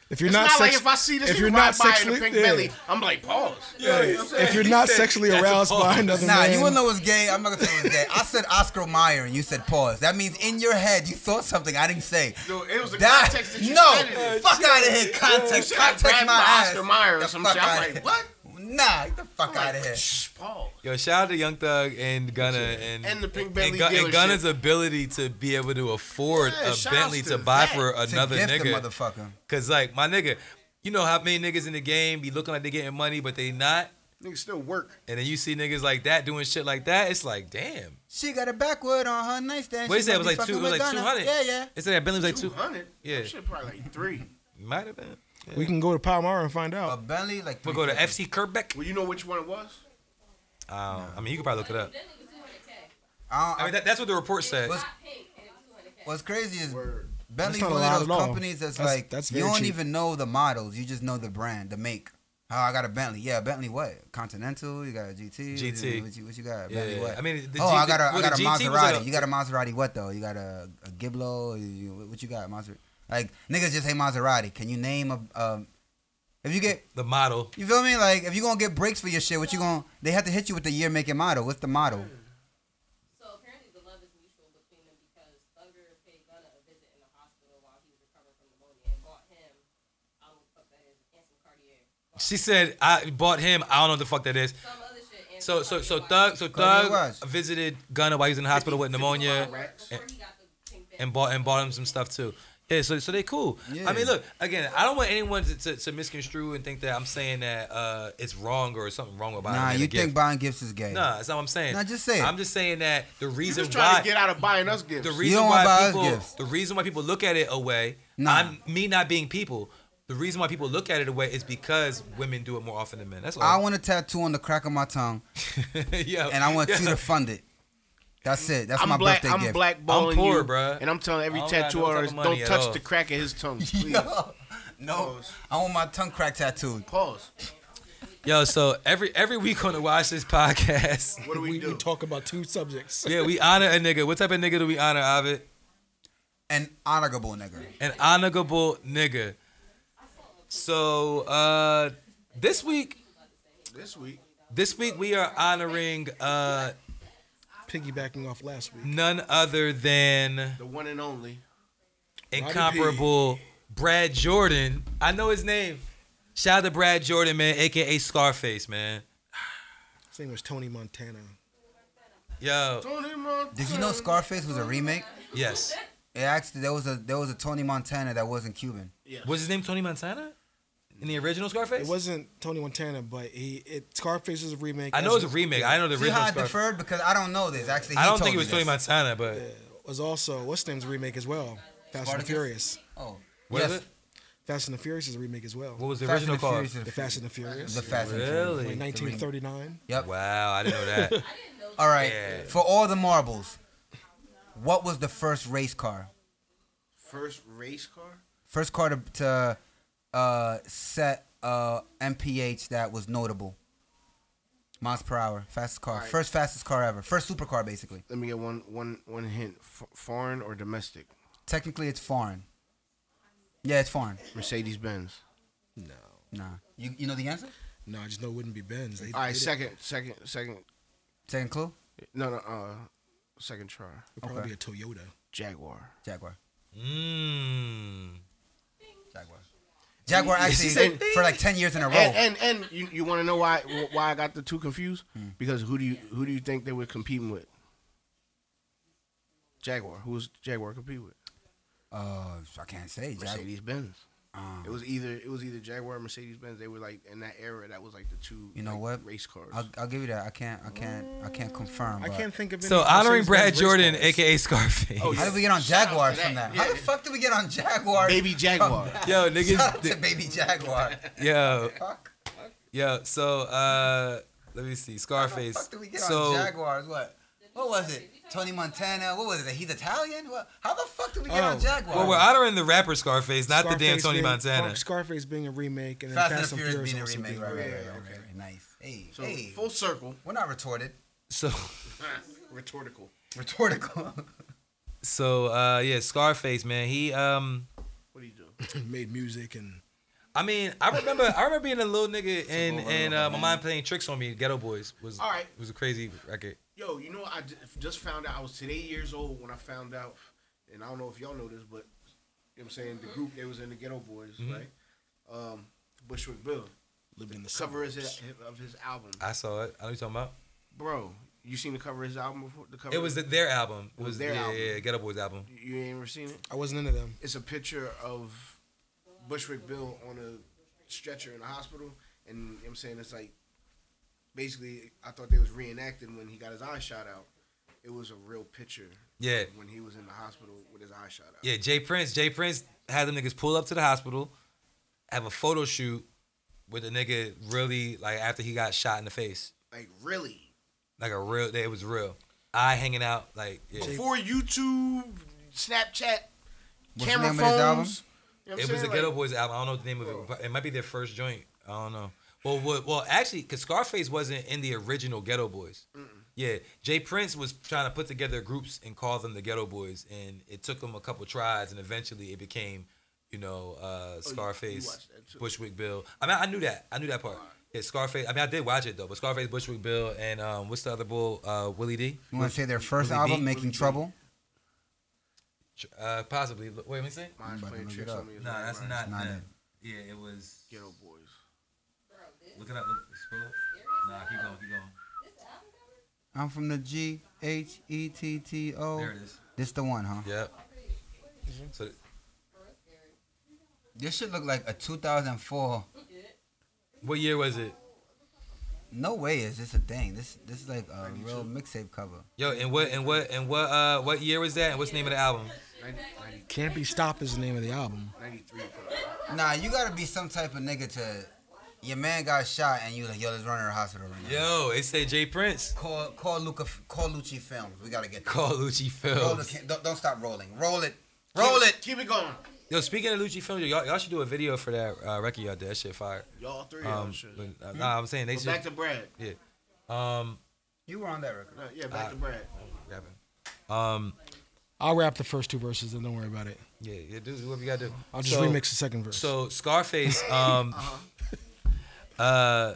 If you're It's not, not, like sex- if I see this if nigga you're ride not by sexually- in a pink yeah. belly, I'm like, pause. if you're not sexually That's a aroused by pause. another Nah, man, you wouldn't know it's gay. I'm not gonna say it was gay. I said Oscar Meyer and you said pause. That means in your head you thought something I didn't say. No, it was the That- context that you no, said it in. fuck out of here. Context, Shit, I context grabbed my by ass. Oscar Mayer or The some fuck shit. I'm outta like, here. what? Nah, get the fuck out of here. Shh, pause. Yo, shout out to Young Thug and Gunna and And the Pink and, Bentley Gun- and dealership. Gunna's ability to be able to afford Yeah, a shout Bentley outs to to buy that. for another to gift the nigga. motherfucker. Cause like my nigga, you know how many niggas in the game be looking like they getting money but they not, Nigga still work. and then you see niggas like that doing shit like that. It's like damn. She got a backwood on her nightstand. What She you say? It might was be like two. It fucking was with like two Gunna. hundred. Yeah, yeah. It's like Bentley was like Two two. hundred. Yeah. That shit probably like three. Might have been. Yeah. we can go to Palmyra and find A Oh. out. Bentley like. We'll go to 350. FC Kerbeck. Well, you know which one it was. Um, I mean, you could probably look it up. That nigga 200K. I don't- I mean, that, that's what the report said. What's- Hot pink, and it was 200K. What's crazy is Word. Bentley's not one a of lot those at all. companies that's, That's- like that's you very don't cheap. even know the models, you just know the brand, the make. Oh, I got a Bentley. Yeah, Bentley what? Continental. You got a GT. GT. What you, what you got? Yeah, Bentley what? I mean, the oh, G- I got a, well, I got a the GT was like Maserati. a- you got a Maserati. What though? You got a, a Giblo. You, what you got? Maserati. Like niggas just hate Maserati. Can you name a? Um, if you get The model. you feel me? Like if you gonna get breaks for your shit, what you gonna? They have to hit you with the year, make, and model. What's the model? So apparently the love is mutual between them because Thugger paid Gunna a visit in the hospital while he was recovering from pneumonia and bought him, I don't know what the fuck that is, and some Cartier. She said I bought him. I don't know what the fuck that is. Some other shit. And So so some so Cartier watch. Thug so Cardi Thug Watch. visited Gunna while he was in the hospital with pneumonia Racks. Before he got the pink Bentley. and bought and bought him some stuff too. Yeah, so so they cool. I mean, look again. I don't want anyone to, to, to misconstrue and think that I'm saying that uh, it's wrong or something wrong about Nah, it. you think buying gifts is gay? Nah, that's not what I'm saying. Nah, just say it. I'm just saying that the You reason just trying why to get out of buying us gifts. the reason don't wanna buy us why people gifts. the reason why people look at it away. Nah. I'm me not being people. The reason why people look at it away is because women do it more often than men. That's all. I want a tattoo on the crack of my tongue, yeah. and I want you to fund it. That's it. That's I'm my black. birthday I'm gift. blackballing I'm poor, you, bruh. And I'm telling every I don't got tattoo no type artist, of money don't at touch all. the crack of his tongue, please. no, no, I want my tongue crack tattooed. Pause. Yo, so every every week on the Watch This podcast, What do we, We, do? we talk about two subjects. yeah, we honor a nigga. What type of nigga do we honor, Ovid? An honorable nigga. An honorable nigga. So uh this week, this week. this week we are honoring uh Piggybacking off last week. none other than The one and only. incomparable Brad Jordan. I know his name. Shout out to Brad Jordan, man, aka Scarface, man. His name was Tony Montana. Yo, Tony Montana. Did you know Scarface was a remake? yes. It actually there was a there was a Tony Montana that wasn't Cuban. Yes. Was his name Tony Montana? In the original Scarface? It wasn't Tony Montana, but he it Scarface is a remake. I know it's as a remake. I know the See how original I Scarface. deferred because I don't know this. Actually, he I don't told think me it was Tony this. Montana, but was also what's his name's remake as well. Fast and the Spartacus? Furious. Oh, what yes. is it? Fast and the Furious is a remake as well. What was the Fast and original the called? Furious is- The Fast and the Furious. The Fast and the Furious. like Really? 1939. Yep. Wow, I didn't know that. All right. Yeah. For all the marbles, what was the first race car? First race car? First car to, to uh, set uh, MPH that was notable. Miles per hour, fastest car, Alright. first fastest car ever, first supercar basically. Let me get one one one hint. F- foreign or domestic? Technically, it's foreign. Yeah, it's foreign. Mercedes Benz. No. Nah, you you know the answer? No, I just know it wouldn't be Benz. They, All right, they- second, second, second. Second clue, No, no, uh, second try. It'd probably be a Toyota. Jaguar. Jaguar. Mmm. Jaguar. Jaguar actually said- for like ten years in a row. And and and you, you want to know why why I got the two confused? Because who do you who do you think they were competing with? Jaguar. Who was Jaguar competing with? uh, I can't say Jaguar. Mercedes Benz. Um, It was either it was either Jaguar or Mercedes Benz. They were like in that era. That was like the two. You know like, what? Race cars. I'll, I'll give you that. I can't. I can't. I can't confirm. I but- can't think of any. So honoring Mercedes-Benz Brad race Jordan, cars. aka Scarface. Oh, How yeah. did we get on Shout out Jaguar to from that? that. How the Yeah. fuck did we get on Jaguar? Baby Jaguar. Yo, Shout out to niggas. Baby Jaguar. Yo, fuck. yo. So uh, let me see. How the fuck Scarface. did we get on So Jaguars? What? What was it? Tony Montana. What was it? He's Italian. What? How the fuck did we get on Oh. Jaguar? well, we're honoring the rapper Scarface, not the damn Scarface Tony being- Montana. Scarface being a remake and then Fast, and the Furious, Furious being a also remake. Right, right, right, Yeah, right, yeah, right, okay. right. Nice. Hey, So hey. full circle. we're not retorted. So Rhetorical. Retortical. so uh, yeah, Scarface, man. He um What do you do? being- made music and I mean, I remember, I remember being a little nigga and over, and uh, over, my man. mind playing tricks on me. Ghetto Boys was All right. was a crazy record. Yo, you know, what I ju- just found out I was today years old when I found out, and I don't know if y'all know this, but you know what I'm saying the group they was in the Ghetto Boys, right? Um, Bushwick Bill, Lived in the cover is suburbs. of his album, I saw it. I know what you're talking about. bro. You seen the cover of his album before? The cover. It was their album. It was was, their their yeah, album. yeah, Ghetto Boys album. You ain't ever seen it? I wasn't into them. It's a picture of Bushwick Bill on a stretcher in the hospital, and you know what I'm saying it's like basically I thought they was reenacting when he got his eye shot out. It was a real picture Yeah, when he was in the hospital with his eye shot out. yeah. Jay Prince. Jay Prince had them niggas pull up to the hospital, have a photo shoot with a nigga really like after he got shot in the face, Like really, like a real. It was real. Eye hanging out like yeah. before YouTube, Snapchat, What's the camera name of his album? phones. You know what I'm It was saying? a Ghetto Like, Boys album. I don't know the name of it. But it might be their first joint. I don't know. Well, well, well actually, because Scarface wasn't in the original Ghetto Boys. Yeah, Jay Prince was trying to put together groups and call them the Ghetto Boys, and it took them a couple tries, and eventually it became, you know, uh, Scarface, Oh, watched that too. Bushwick Bill. I mean, I knew that. I knew that part. Yeah, Scarface. I mean, I did watch it though, but Scarface, Bushwick Bill, and um, what's the other bull? Uh, Willie D. You want to say their first Willie album, D? Making Trouble? Uh, possibly. Wait, let me see. Mine's About to playing look it tricks up. on me. No, that's Right. not. not that. it. Yeah, it was. Ghetto Boys. Bro, this, Look it up. Look, scroll. Nah, keep going. Keep going. this album cover? I'm from the G H E T T O. There it is. This the one, huh? Yep. So Bro, it's scary. This should look like a 2004. what year was it? No way is this a thing. This this is like a real mixtape cover. Yo, and what and what and what uh what year was that? And what's the name of the album? 90, 90, Can't be stopped is the name of the album. 93. Nah, you gotta be some type of nigga to. Your man got shot and you like, yo, let's run to the hospital right now. Yo, it said Jay Prince. Call call Luca call Lucci Films. We gotta get. Call Lucci Roll the Films. can- don't, don't stop rolling. Roll it. Roll it. Keep it going. Yo, speaking of Lucci Films, y'all, y'all should do a video for that uh, record y'all did. That shit fire. Y'all three of Um, them should. but, uh, nah, I'm saying they But back to should. Brad. Um, You were on that record. No, yeah, back to Brad. uh, rapping. Um, I'll rap the first two verses and don't worry about it. yeah, yeah, this is what we gotta do. I'll just So- remix the second verse. So Scarface, um, uh,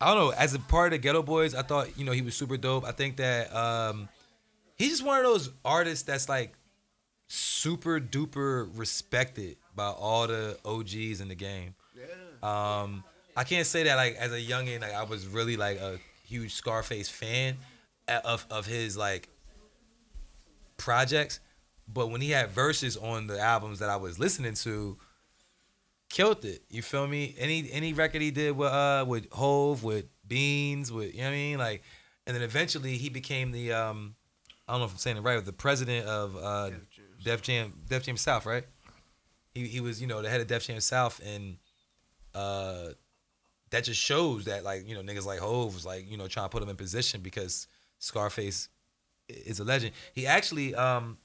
I don't know. As a part of the Ghetto Boys, I thought you know he was super dope. I think that um, he's just one of those artists that's like super duper respected by all the OGs in the game. Yeah. Um, I can't say that like as a youngin, like I was really like a huge Scarface fan a- of of his like projects, but when he had verses on the albums that I was listening to, killed it. You feel me? Any any record he did with uh with Hove, with Beans, with you know what I mean, like, and then eventually he became the um. I don't know if I'm saying it right, but the president of uh, Def Jam. Def Jam, Def Jam South, right? He he was, you know, the head of Def Jam South, and uh, that just shows that like you know niggas like Hove was like you know trying to put him in position because Scarface i- is a legend. He actually um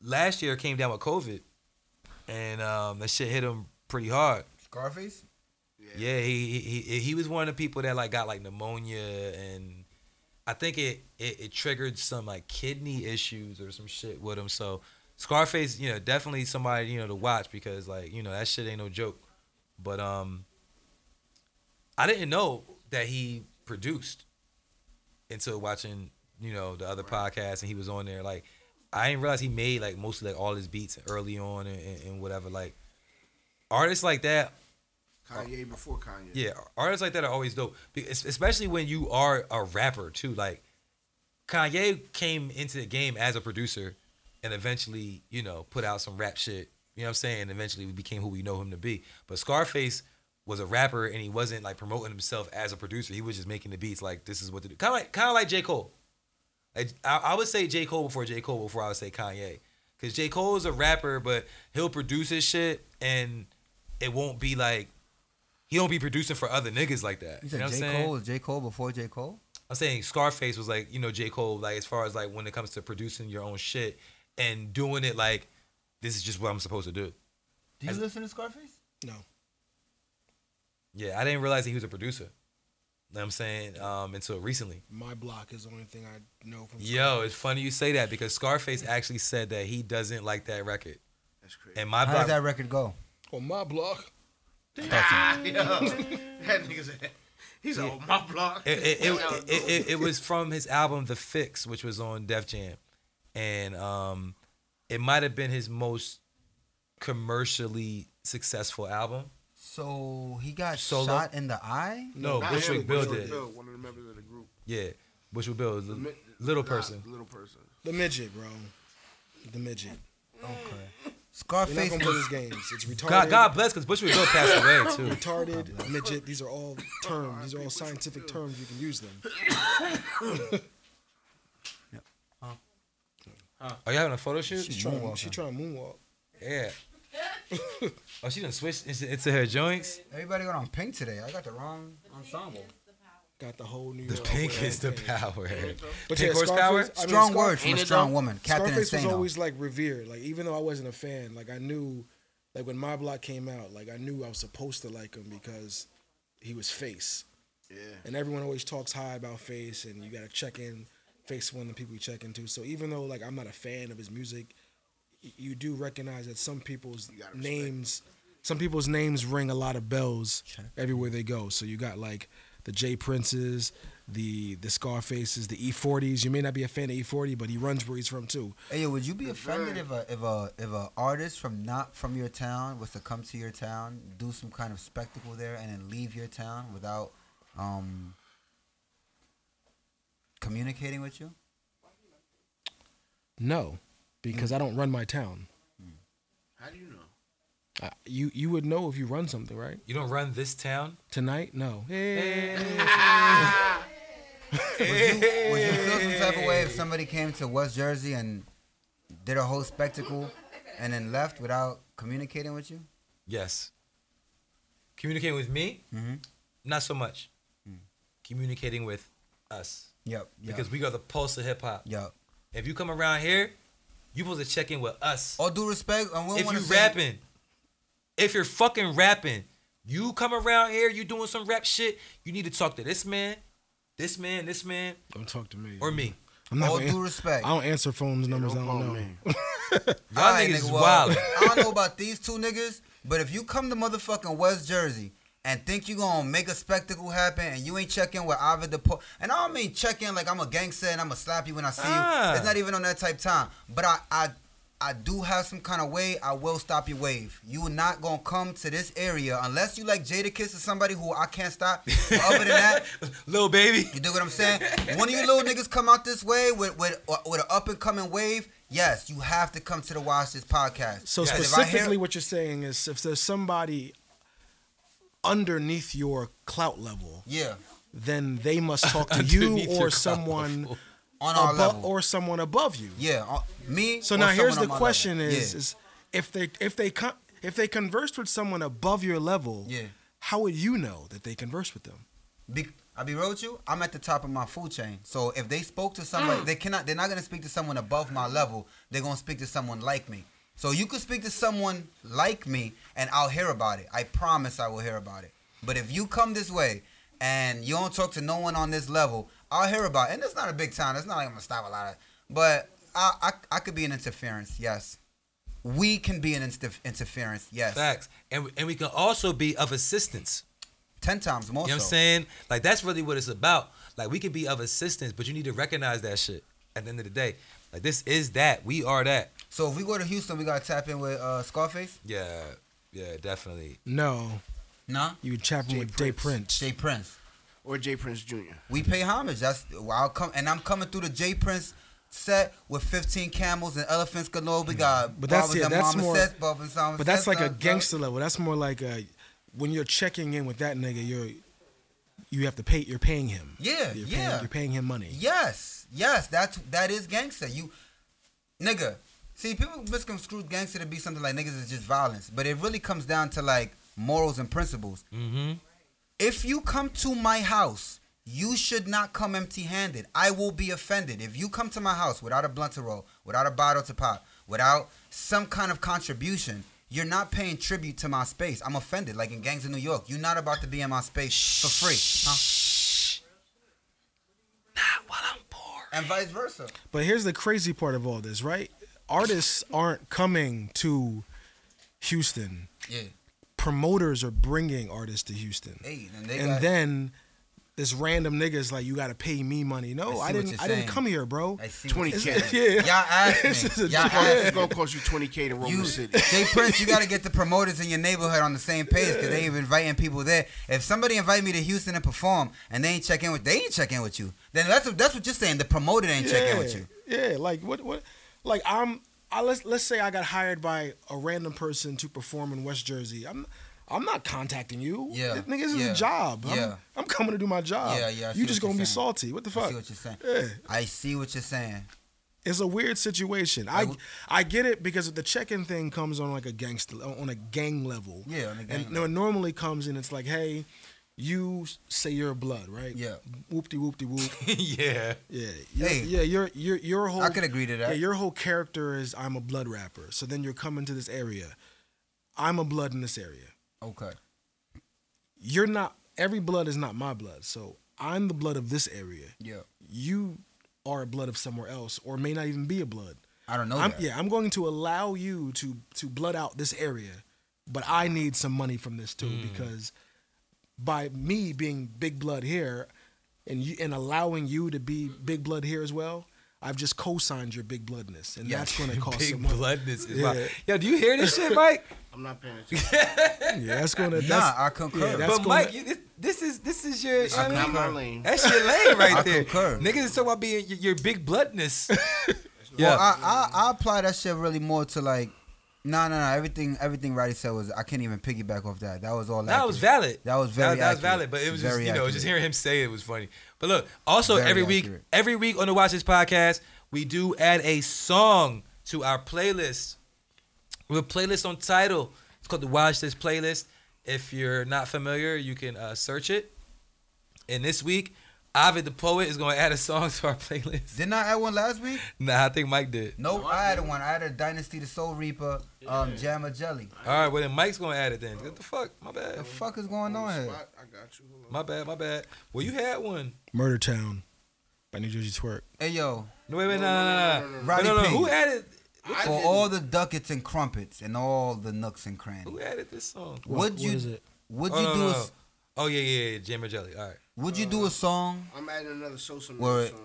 last year came down with COVID, and um that shit hit him pretty hard. Scarface. Yeah. Yeah, he, he he he was one of the people that like got like pneumonia and I think it, it it triggered some like kidney issues or some shit with him. So Scarface, you know, definitely somebody you know to watch because like you know that shit ain't no joke. But um, I didn't know that he produced until watching you know the other podcast and he was on there. Like I didn't realize he made like mostly like all his beats early on and, and, and whatever. Like artists like that Kanye before Kanye. yeah, artists like that are always dope, Be- es- especially when you are a rapper too. Like Kanye came into the game as a producer, and eventually, you know, put out some rap shit. You know what I'm saying? Eventually, we became who we know him to be. But Scarface was a rapper, and he wasn't like promoting himself as a producer. He was just making the beats. Like this is what to do. Kind of like kind of like J Cole. Like, I, I would say J Cole before J Cole before I would say Kanye, because J Cole is a rapper, but he'll produce his shit, and it won't be like he don't be producing for other niggas like that. You You said know what J I'm saying? Cole was J Cole before J Cole. I'm saying Scarface was like, you know, J. Cole, like as far as like when it comes to producing your own shit and doing it like this is just what I'm supposed to do. Do you As- listen to Scarface? no, Yeah, I didn't realize that he was a producer. You know what I'm saying? Um, until recently. my block is the only thing I know from. Yo, it's funny you say that because Scarface actually said that he doesn't like that record. That's crazy. And my How does block that record go? On my Oh, block, Ah, yo. that nigga's he's on my block. It, it, it, it, it, it was from his album The Fix, which was on Def Jam. And um, it might have been his most commercially successful album. So he got Solo? shot in the eye. No, Not him, Bushwick Bill Bushwick did. Bill, one of the members of the group. Yeah, Bushwick Bill, The li- mi- little nah, person. the little person. The midget, bro. The midget. Okay. We're not Scarface. gonna play Was, these games. It's retarded. God, God bless, because Bushwick Bill passed away too. Retarded, midget. These are all terms. These are all scientific terms. You can use them. Are you having a photo shoot? She's trying. She trying to moonwalk. Yeah. oh, she done switched into, into her joints. everybody got on pink today. I got the wrong ensemble. Got the whole New The York. pink way. is the power. But Pink yeah, horsepower? Scarface- I mean, strong Scar- words from a Ain't it strong though? woman. Captain Scarface was Insano. always like revered. Like even though I wasn't a fan, like I knew, like when My Block came out, like I knew I was supposed to like him because he was Face, Yeah. and everyone always talks high about Face, and you gotta check in. Face one of the people you check into. So even though like I'm not a fan of his music, y- you do recognize that some people's You gotta respect. names, some people's names ring a lot of bells Check. everywhere they go. So you got like the J Princes, the the Scarfaces, the E40s. You may not be a fan of E40, but he runs where he's from too. Hey, yo, would you be offended very- if a if a if a artist from not from your town was to come to your town, do some kind of spectacle there, and then leave your town without um, communicating with you? No, because I don't run my town. How do you know? I, you you would know if you run something, right? You don't run this town. Tonight, no. Hey. Would you feel some type of way if somebody came to West Jersey and did a whole spectacle and then left without communicating with you? Yes. Communicating with me, Mm-hmm. Mhm. not so much. Mm. Communicating with us Yep. yep because we got the pulse of hip hop. yep. If you come around here, you supposed to check in with us. All due respect, and we if don't you want to rapping, if you're fucking rapping, you come around here, you doing some rap shit. You need to talk to this man, this man, this man, Don't talk to me. or me. I'm not All gonna, due an- respect. I don't answer phones numbers. don't I call don't know. me. Y'all All right, niggas is nigga, well, wild. I don't know about these two niggas, but if you come to motherfucking West Jersey and think you gonna make a spectacle happen and you ain't checking with Ovid the po- and I don't mean check in like I'm a gangster and I'm gonna slap you when I see Ah. you. It's not even on that type time. But I, I I do have some kind of way. I will stop your wave. You are not gonna come to this area unless you like Jada Kiss or somebody who I can't stop. But other than that, Little baby. you dig what I'm saying? One of you little niggas come out this way with with uh, with an up and coming wave. Yes, you have to come to the Watch This podcast. So Because if I hear- specifically, what you're saying is if there's somebody underneath your clout level, yeah, then they must talk to you Underneath your or clout someone level. on our above level, or someone above you. yeah, on- me. So or now someone here's the on my question: level. is, Yeah. is if they if they con- if they conversed with someone above your level, Yeah. how would you know that they conversed with them? Be- I be real with you. I'm at the top of my food chain. So if they spoke to somebody, they cannot. They're not gonna speak to someone above my level. They're gonna speak to someone like me. So you could speak to someone like me, and I'll hear about it. I promise I will hear about it. But if you come this way and you don't talk to no one on this level, I'll hear about it. And it's not a big town. It's not like I'm gonna stop a lot of. But I, I, I could be an interference. Yes, we can be an inst- interference. Yes, Facts. And, and we can also be of assistance. ten times more. You know what I'm so. saying? Like, that's really what it's about. Like, we can be of assistance, but you need to recognize that shit at the end of the day. Like, this is that. We are that. So if we go to Houston, we gotta tap in with uh, Scarface. Yeah. Yeah, definitely. No, Nah. you would chat Jay with Jay Prince. Prince. Jay Prince. Or Jay Prince Jr. We pay homage. That's well, I'll come and I'm coming through the Jay Prince set with 15 camels and elephants galore. We got But that's- barbers yeah, and that's mamas more- sets, barbers and mamas But that's sets, like uh, a gangster level. That's more like a when you're checking in with that nigga, you're you have to pay. You're paying him. Yeah, you're yeah. Paying, you're paying him money. Yes, yes, that's that is gangster. You, nigga. See, people misconstrue gangster to be something like niggas is just violence, but it really comes down to like morals and principles. Mm-hmm. If you come to my house, you should not come empty handed. I will be offended. If you come to my house without a blunt to roll, without a bottle to pop, without some kind of contribution, you're not paying tribute to my space. I'm offended. Like in Gangs of New York, you're not about to be in my space for free. Huh? And vice versa. But here's the crazy part of all this, right? Artists aren't coming to Houston Yeah. promoters are bringing artists to Houston, Hey, and they and got, then this random nigga's like, "You got to pay me money." No, I I, see what didn't. you're I didn't saying. come here, bro. I see what 20 you're K. saying. Yeah. Y'all asked This is me. a Y'all joke. It's asked me. gonna cost you twenty k to roam You, the city. Jay Prince, you got to get the promoters in your neighborhood on the same page because they ain't inviting people there. If somebody invite me to Houston and perform and they ain't check in with, they ain't check in with you. Then that's what that's what you're saying. The promoter ain't check in with you. Yeah, like what what like I'm I let's let's say I got hired by a random person to perform in West Jersey. I'm I'm not contacting you. Yeah, Th- Nigga, this is yeah, a job. I'm, yeah. I'm coming to do my job. Yeah, yeah, I see You just what gonna you're be saying. salty. What the I fuck? see what you're saying. Yeah. I see what you're saying. It's a weird situation. I Like- I get it because the check-in thing comes on like a gangster on a gang level. Yeah, on a gang and no, it normally comes in. It's like, hey, you say you're a blood, right? Yeah. Whoop de whoop de whoop. yeah. Yeah, you're, Hey. yeah, your your your whole I could agree to that. Yeah, your whole character is I'm a blood rapper. So then you're coming to this area. I'm a blood in this area. Okay. You're not every blood is not my blood. So I'm the blood of this area. Yeah. You are a blood of somewhere else, or may not even be a blood. I don't know. I'm, that. yeah, I'm going to allow you to to blood out this area, but I need some money from this too because by me being big blood here and you and allowing you to be big blood here as well, I've just co-signed your big bloodness, and that's going to cost Big some money. bloodness is Yeah. my. Yo, do you hear this shit, Mike? I'm not paying attention. Yeah, that's going to Nah, I concur. Yeah, that's but gonna- Mike, you, this, this is this is your. you know I'm what I not mean? my lane. That's your lane right I there. concur. Niggas is talking about being your, your big bloodness. yeah. Well, I, I I apply that shit really more to like, no, no, no. Everything everything Roddy said was I can't even piggyback off that. That was all. that was accurate. valid. That was very. That, that was accurate. valid, but it was just Very you know accurate. just hearing him say it was funny. But look, also Very every week, accurate. every week on the Watch This podcast, we do add a song to our playlist. We have a playlist on title. It's called the Watch This playlist. If you're not familiar, you can uh, search it. And this week, Ovid the poet is going to add a song to our playlist. Didn't I add one last week? Nah, I think Mike did. No, I had one. I had a Dynasty the Soul Reaper, um, Jamma Jelly. All right, well then Mike's going to add it then. What the fuck? My bad. The fuck is going on here? Spot, I got you. Hold on. My bad. My bad. Well, you had one. Murder Town by New Jersey Twerk. Hey yo, No, wait, wait, no, No, no, no, no, no, no, no, no, no, no. no. Roddy Who P. added? I for didn't- all the ducats and crumpets and all the nooks and crannies, Who added this song? would you what is it? would Oh, you no, do no, Uh, a no. s- Oh yeah, yeah, yeah. Jam or Jelly. All right. would you do a song I'm adding another social Word. media song.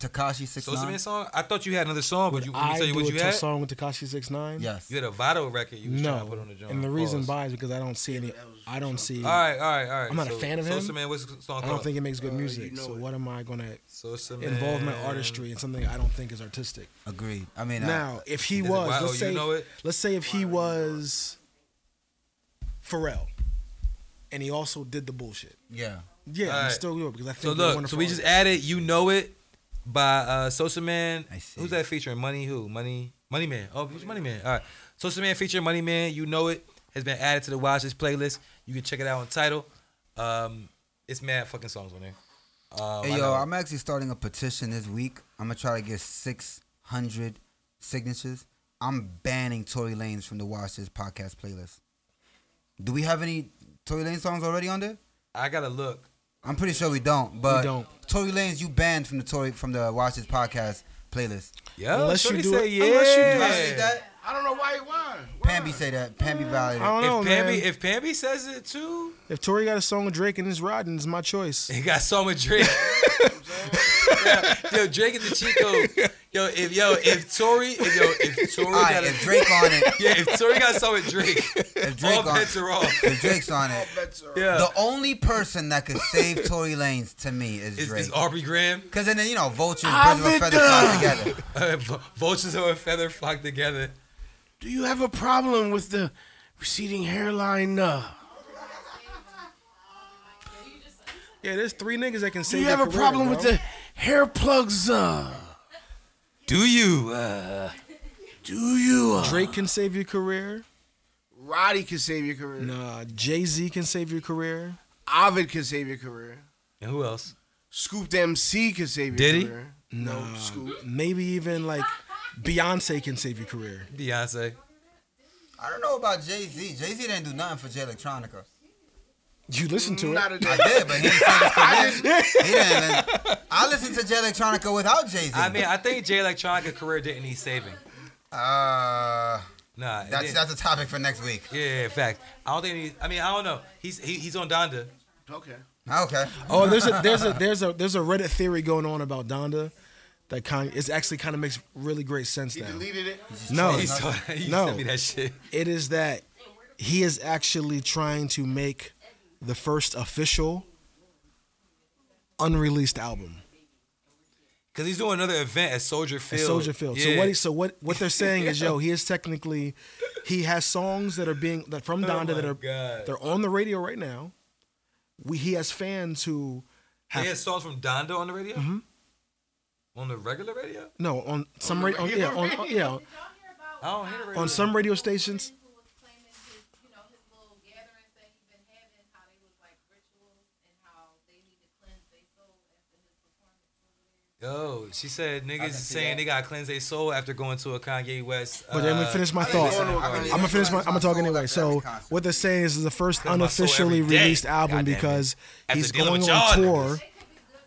Takashi Six So it's a Nine? man song. I thought you had another song, but you when you I tell you do what a you tough had. song with Takashi Six Nine. Yes. You had a Vado record you was trying to put No, on the joint. and the reason Pause. why is because I don't see any. that was I don't see. All right, all right, all right. I'm not a So- fan of so him. Sosa Man, what's the song I called? don't think it makes good Uh, you music. know so it. what am I going to Sosa Man. involve my artistry in something I don't think is artistic? Agreed. I mean, Now, if he Does it- was, why- oh, let's you say, know it? let's say if he was Pharrell, and he also did the bullshit. I, yeah. Yeah, I'm Alright. still good because I think. So they're look, so wonderful we just artists. added "You Know It" by uh, Sosa Man. I see. Who's that featuring? Money who? Money Money Man. Oh, it's Money Man. All right, Sosa Man featuring Money Man. "You Know It" has been added to the Watch This playlist. You can check it out on title. Um, it's mad fucking songs on there. Um, I Hey yo, know. I'm actually starting a petition this week. I'm gonna try to get 600 signatures. I'm banning Tory Lanez from the Watch This podcast playlist. Do we have any Tory Lanez songs already on there? I gotta look. I'm pretty sure we don't. But don't. Tory Lanez, you banned from the Tory from the Watch This podcast playlist. Yeah, Unless Shorty you do said it- yeah. unless you do I say that. I don't know why. Why? why? Pamby say that. Mm. Pamby I validated. don't know, if man. Pamby, if Pamby says it too, If Tori got a song with Drake and it's Rodden, it's my choice. he got so much Drake. yo, Drake and the Chico. Yo, if yo, if Tory, if, yo, if Tory All right, got a, if Drake on it, yeah, if Tory got so with Drake, if Drake all on bets are off. if Drake's on All it, bets are Yeah, the only person that could save Tory Lanez to me is is, Drake. is Aubrey Graham. Cause then you know vultures, birds of a feather flock together. Uh, vu- vultures of a feather flock together. Do you have a problem with the receding hairline? Uh, Yeah, there's three niggas that can do say. you have a problem with the hair plugs? Uh, Do you? Uh, do you? Uh, Drake can save your career. Roddy can save your career. Nah, Jay Z can save your career. Ovid can save your career. and who else? Scoop the MC can save your Diddy? career. No, Scoop. Maybe even like Beyonce can save your career. Beyonce. I don't know about Jay Z. Jay Z didn't do nothing for Jay Electronica. You listen to it. Not a day. I did, but he didn't save his career. He didn't. li- I listened to Jay Electronica without Jay Z. I mean, I think Jay Electronica career didn't need saving. uh, Nah, it That's didn't. that's a topic for next week. yeah, yeah, fact. I don't think. He, I mean, I don't know. He's he, he's on Donda. Okay. Okay. Oh, there's a there's a there's a there's a Reddit theory going on about Donda that kind it's actually kind of makes really great sense He now. deleted it. No, He saw- he No. sent me that shit. it is that he is actually trying to make the first official unreleased album Cause he's doing another event at Soldier at Field. Soldier Field. So Yeah. what he so what what they're saying is yo, he is technically he has songs that are being that from Donda Oh my that are God. they're on the radio right now. We he has fans who have They had songs from Donda on the radio. Mm-hmm. On the regular radio. no on some radio on, yeah on, on- yeah Y'all hear about I don't hear the radio. on some radio stations. who was claiming his, you know, his little gatherings that he's been having, how they was like rituals and how they need to cleanse their soul after his performance? Yo, she said niggas is see that. saying they got to cleanse their soul after going to a Kanye West. But let me uh, finish my I've been thoughts. listening- I've been I'm gonna listening finish to my. Lance I'm gonna Bass talk Soul anyway. after So every concert. what they're saying is, this is the first my soul unofficially every day. released album God damn it. because After he's dealing going with on y'all tour. niggas.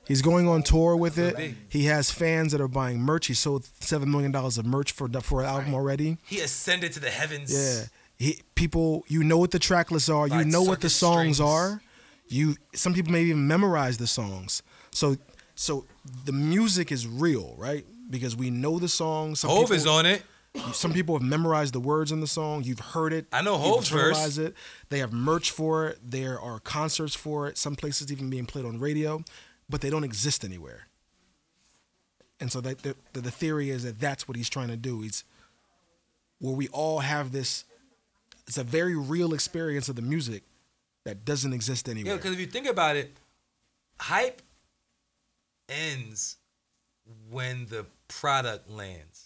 He's going on tour with it. big. He has fans that are buying merch. He sold seven million dollars of merch for for an album already. He ascended to the heavens. Yeah, he, people, you know what the track lists are. You Right, know what the circus songs strings. are. You some people may even memorize the songs. So so the music is real, right? Because we know the songs. Some Hove people- is on it. some people have memorized the words in the song. You've heard it. I know You've Hove's verse. internalized It. They have merch for it. There are concerts for it. Some places even being played on radio, but they don't exist anywhere. And so that the, the, the theory is that that's what he's trying to do. He's where we all have this. It's a very real experience of the music that doesn't exist Yeah, anywhere. because if you think about it, hype ends when the product lands,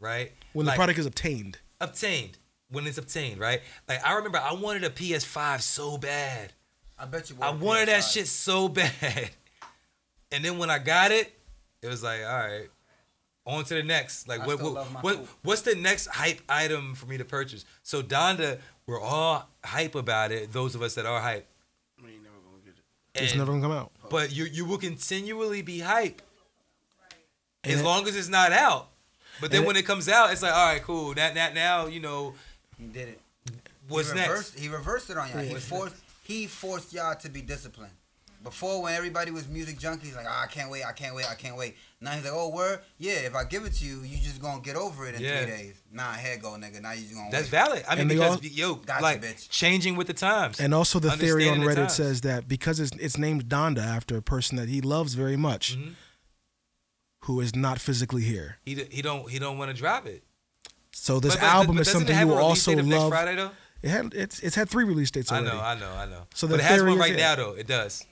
right? when Like, the product is obtained, obtained, when it's obtained, right? Like I remember, I wanted a PS5 so bad. I bet you. I won't wanted be that outside. shit so bad. And then when I got it, it was like, all right, on to the next. Like, I what, still what, love my what coupe. what's the next hype item for me to purchase? So Donda, we're all hype about it. Those of us that are hype, We ain't never gonna get it. it's And- never gonna come out. but you you will continually be hype And as it- long as it's not out. But then and it- when it comes out, it's like, all right, cool. That that now you know He did it. what's he next. reversed, He reversed it on y'all. He Yeah. forced he forced y'all to be disciplined. Before, when everybody was music junkies, like, ah, I can't wait, I can't wait, I can't wait. Now he's like, oh, word, yeah. If I give it to you, you just gonna get over it in Yeah. three days. Nah, here go, nigga. Now you just gonna. That's wait. valid. I mean, And they because all- yo, Gotcha, like bitch. changing with the times. And also, the theory on Understanding the Reddit times. says that because it's, it's named Donda after a person that he loves very much, Mhm. who is not physically here. he d- he don't he don't want to drop it. So this But- but- album but is doesn't it something have you a will release also date of next love. Friday though. It had it's it's had three release dates I already. know, uh, I know, I know. So but the it has theory one is right it- now though. It does.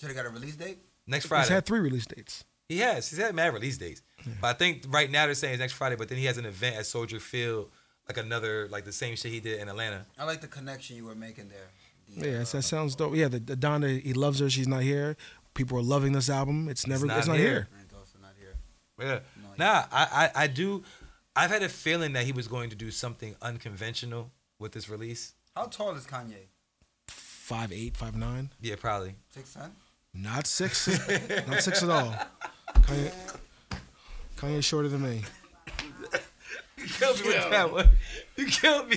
Should have got a release date. Next It's Friday. had three release dates. he has. He's had mad release dates. But I think right now they're saying it's next Friday. But then he has an event at Soldier Field, like another like the same shit he did in Atlanta. I like the connection you were making there. The, Yeah, uh, so that sounds dope. Yeah, the, the Donda he loves her. She's not here. People are loving this album. It's never it's not, not here. here. and those are not here. Yeah. Nice. Nah, I, I I do. I've had a feeling that he was going to do something unconventional with this release. How tall is Kanye? Five eight, five nine, Yeah, probably. Six ten. not six, not six at all. Kanye, Kanye's shorter than me. You killed me with that one. You killed me.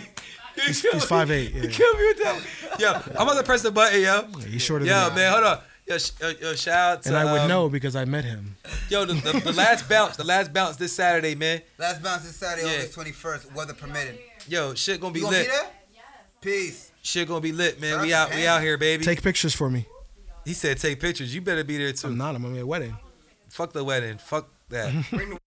You He's, killed he's me. five eight. You Yeah. killed me with that one. Yo, I'm about to press the button, yo. He's shorter Yo, than me. man, hold on. Yo, sh- yo, yo shout out to And I would um, know because I met him. Yo, the, the, the last bounce, the last bounce this Saturday, man. Last bounce is Saturday, Yeah. August twenty first, weather permitting. Yo, shit gonna be You gonna lit. be there? Peace. Shit gonna be lit, man. Shout We out out, to we Pam. out here, baby. Take pictures for me. he said, take pictures. You better be there I'm too. not. I'm at a wedding. Fuck the wedding. Fuck that. Bring the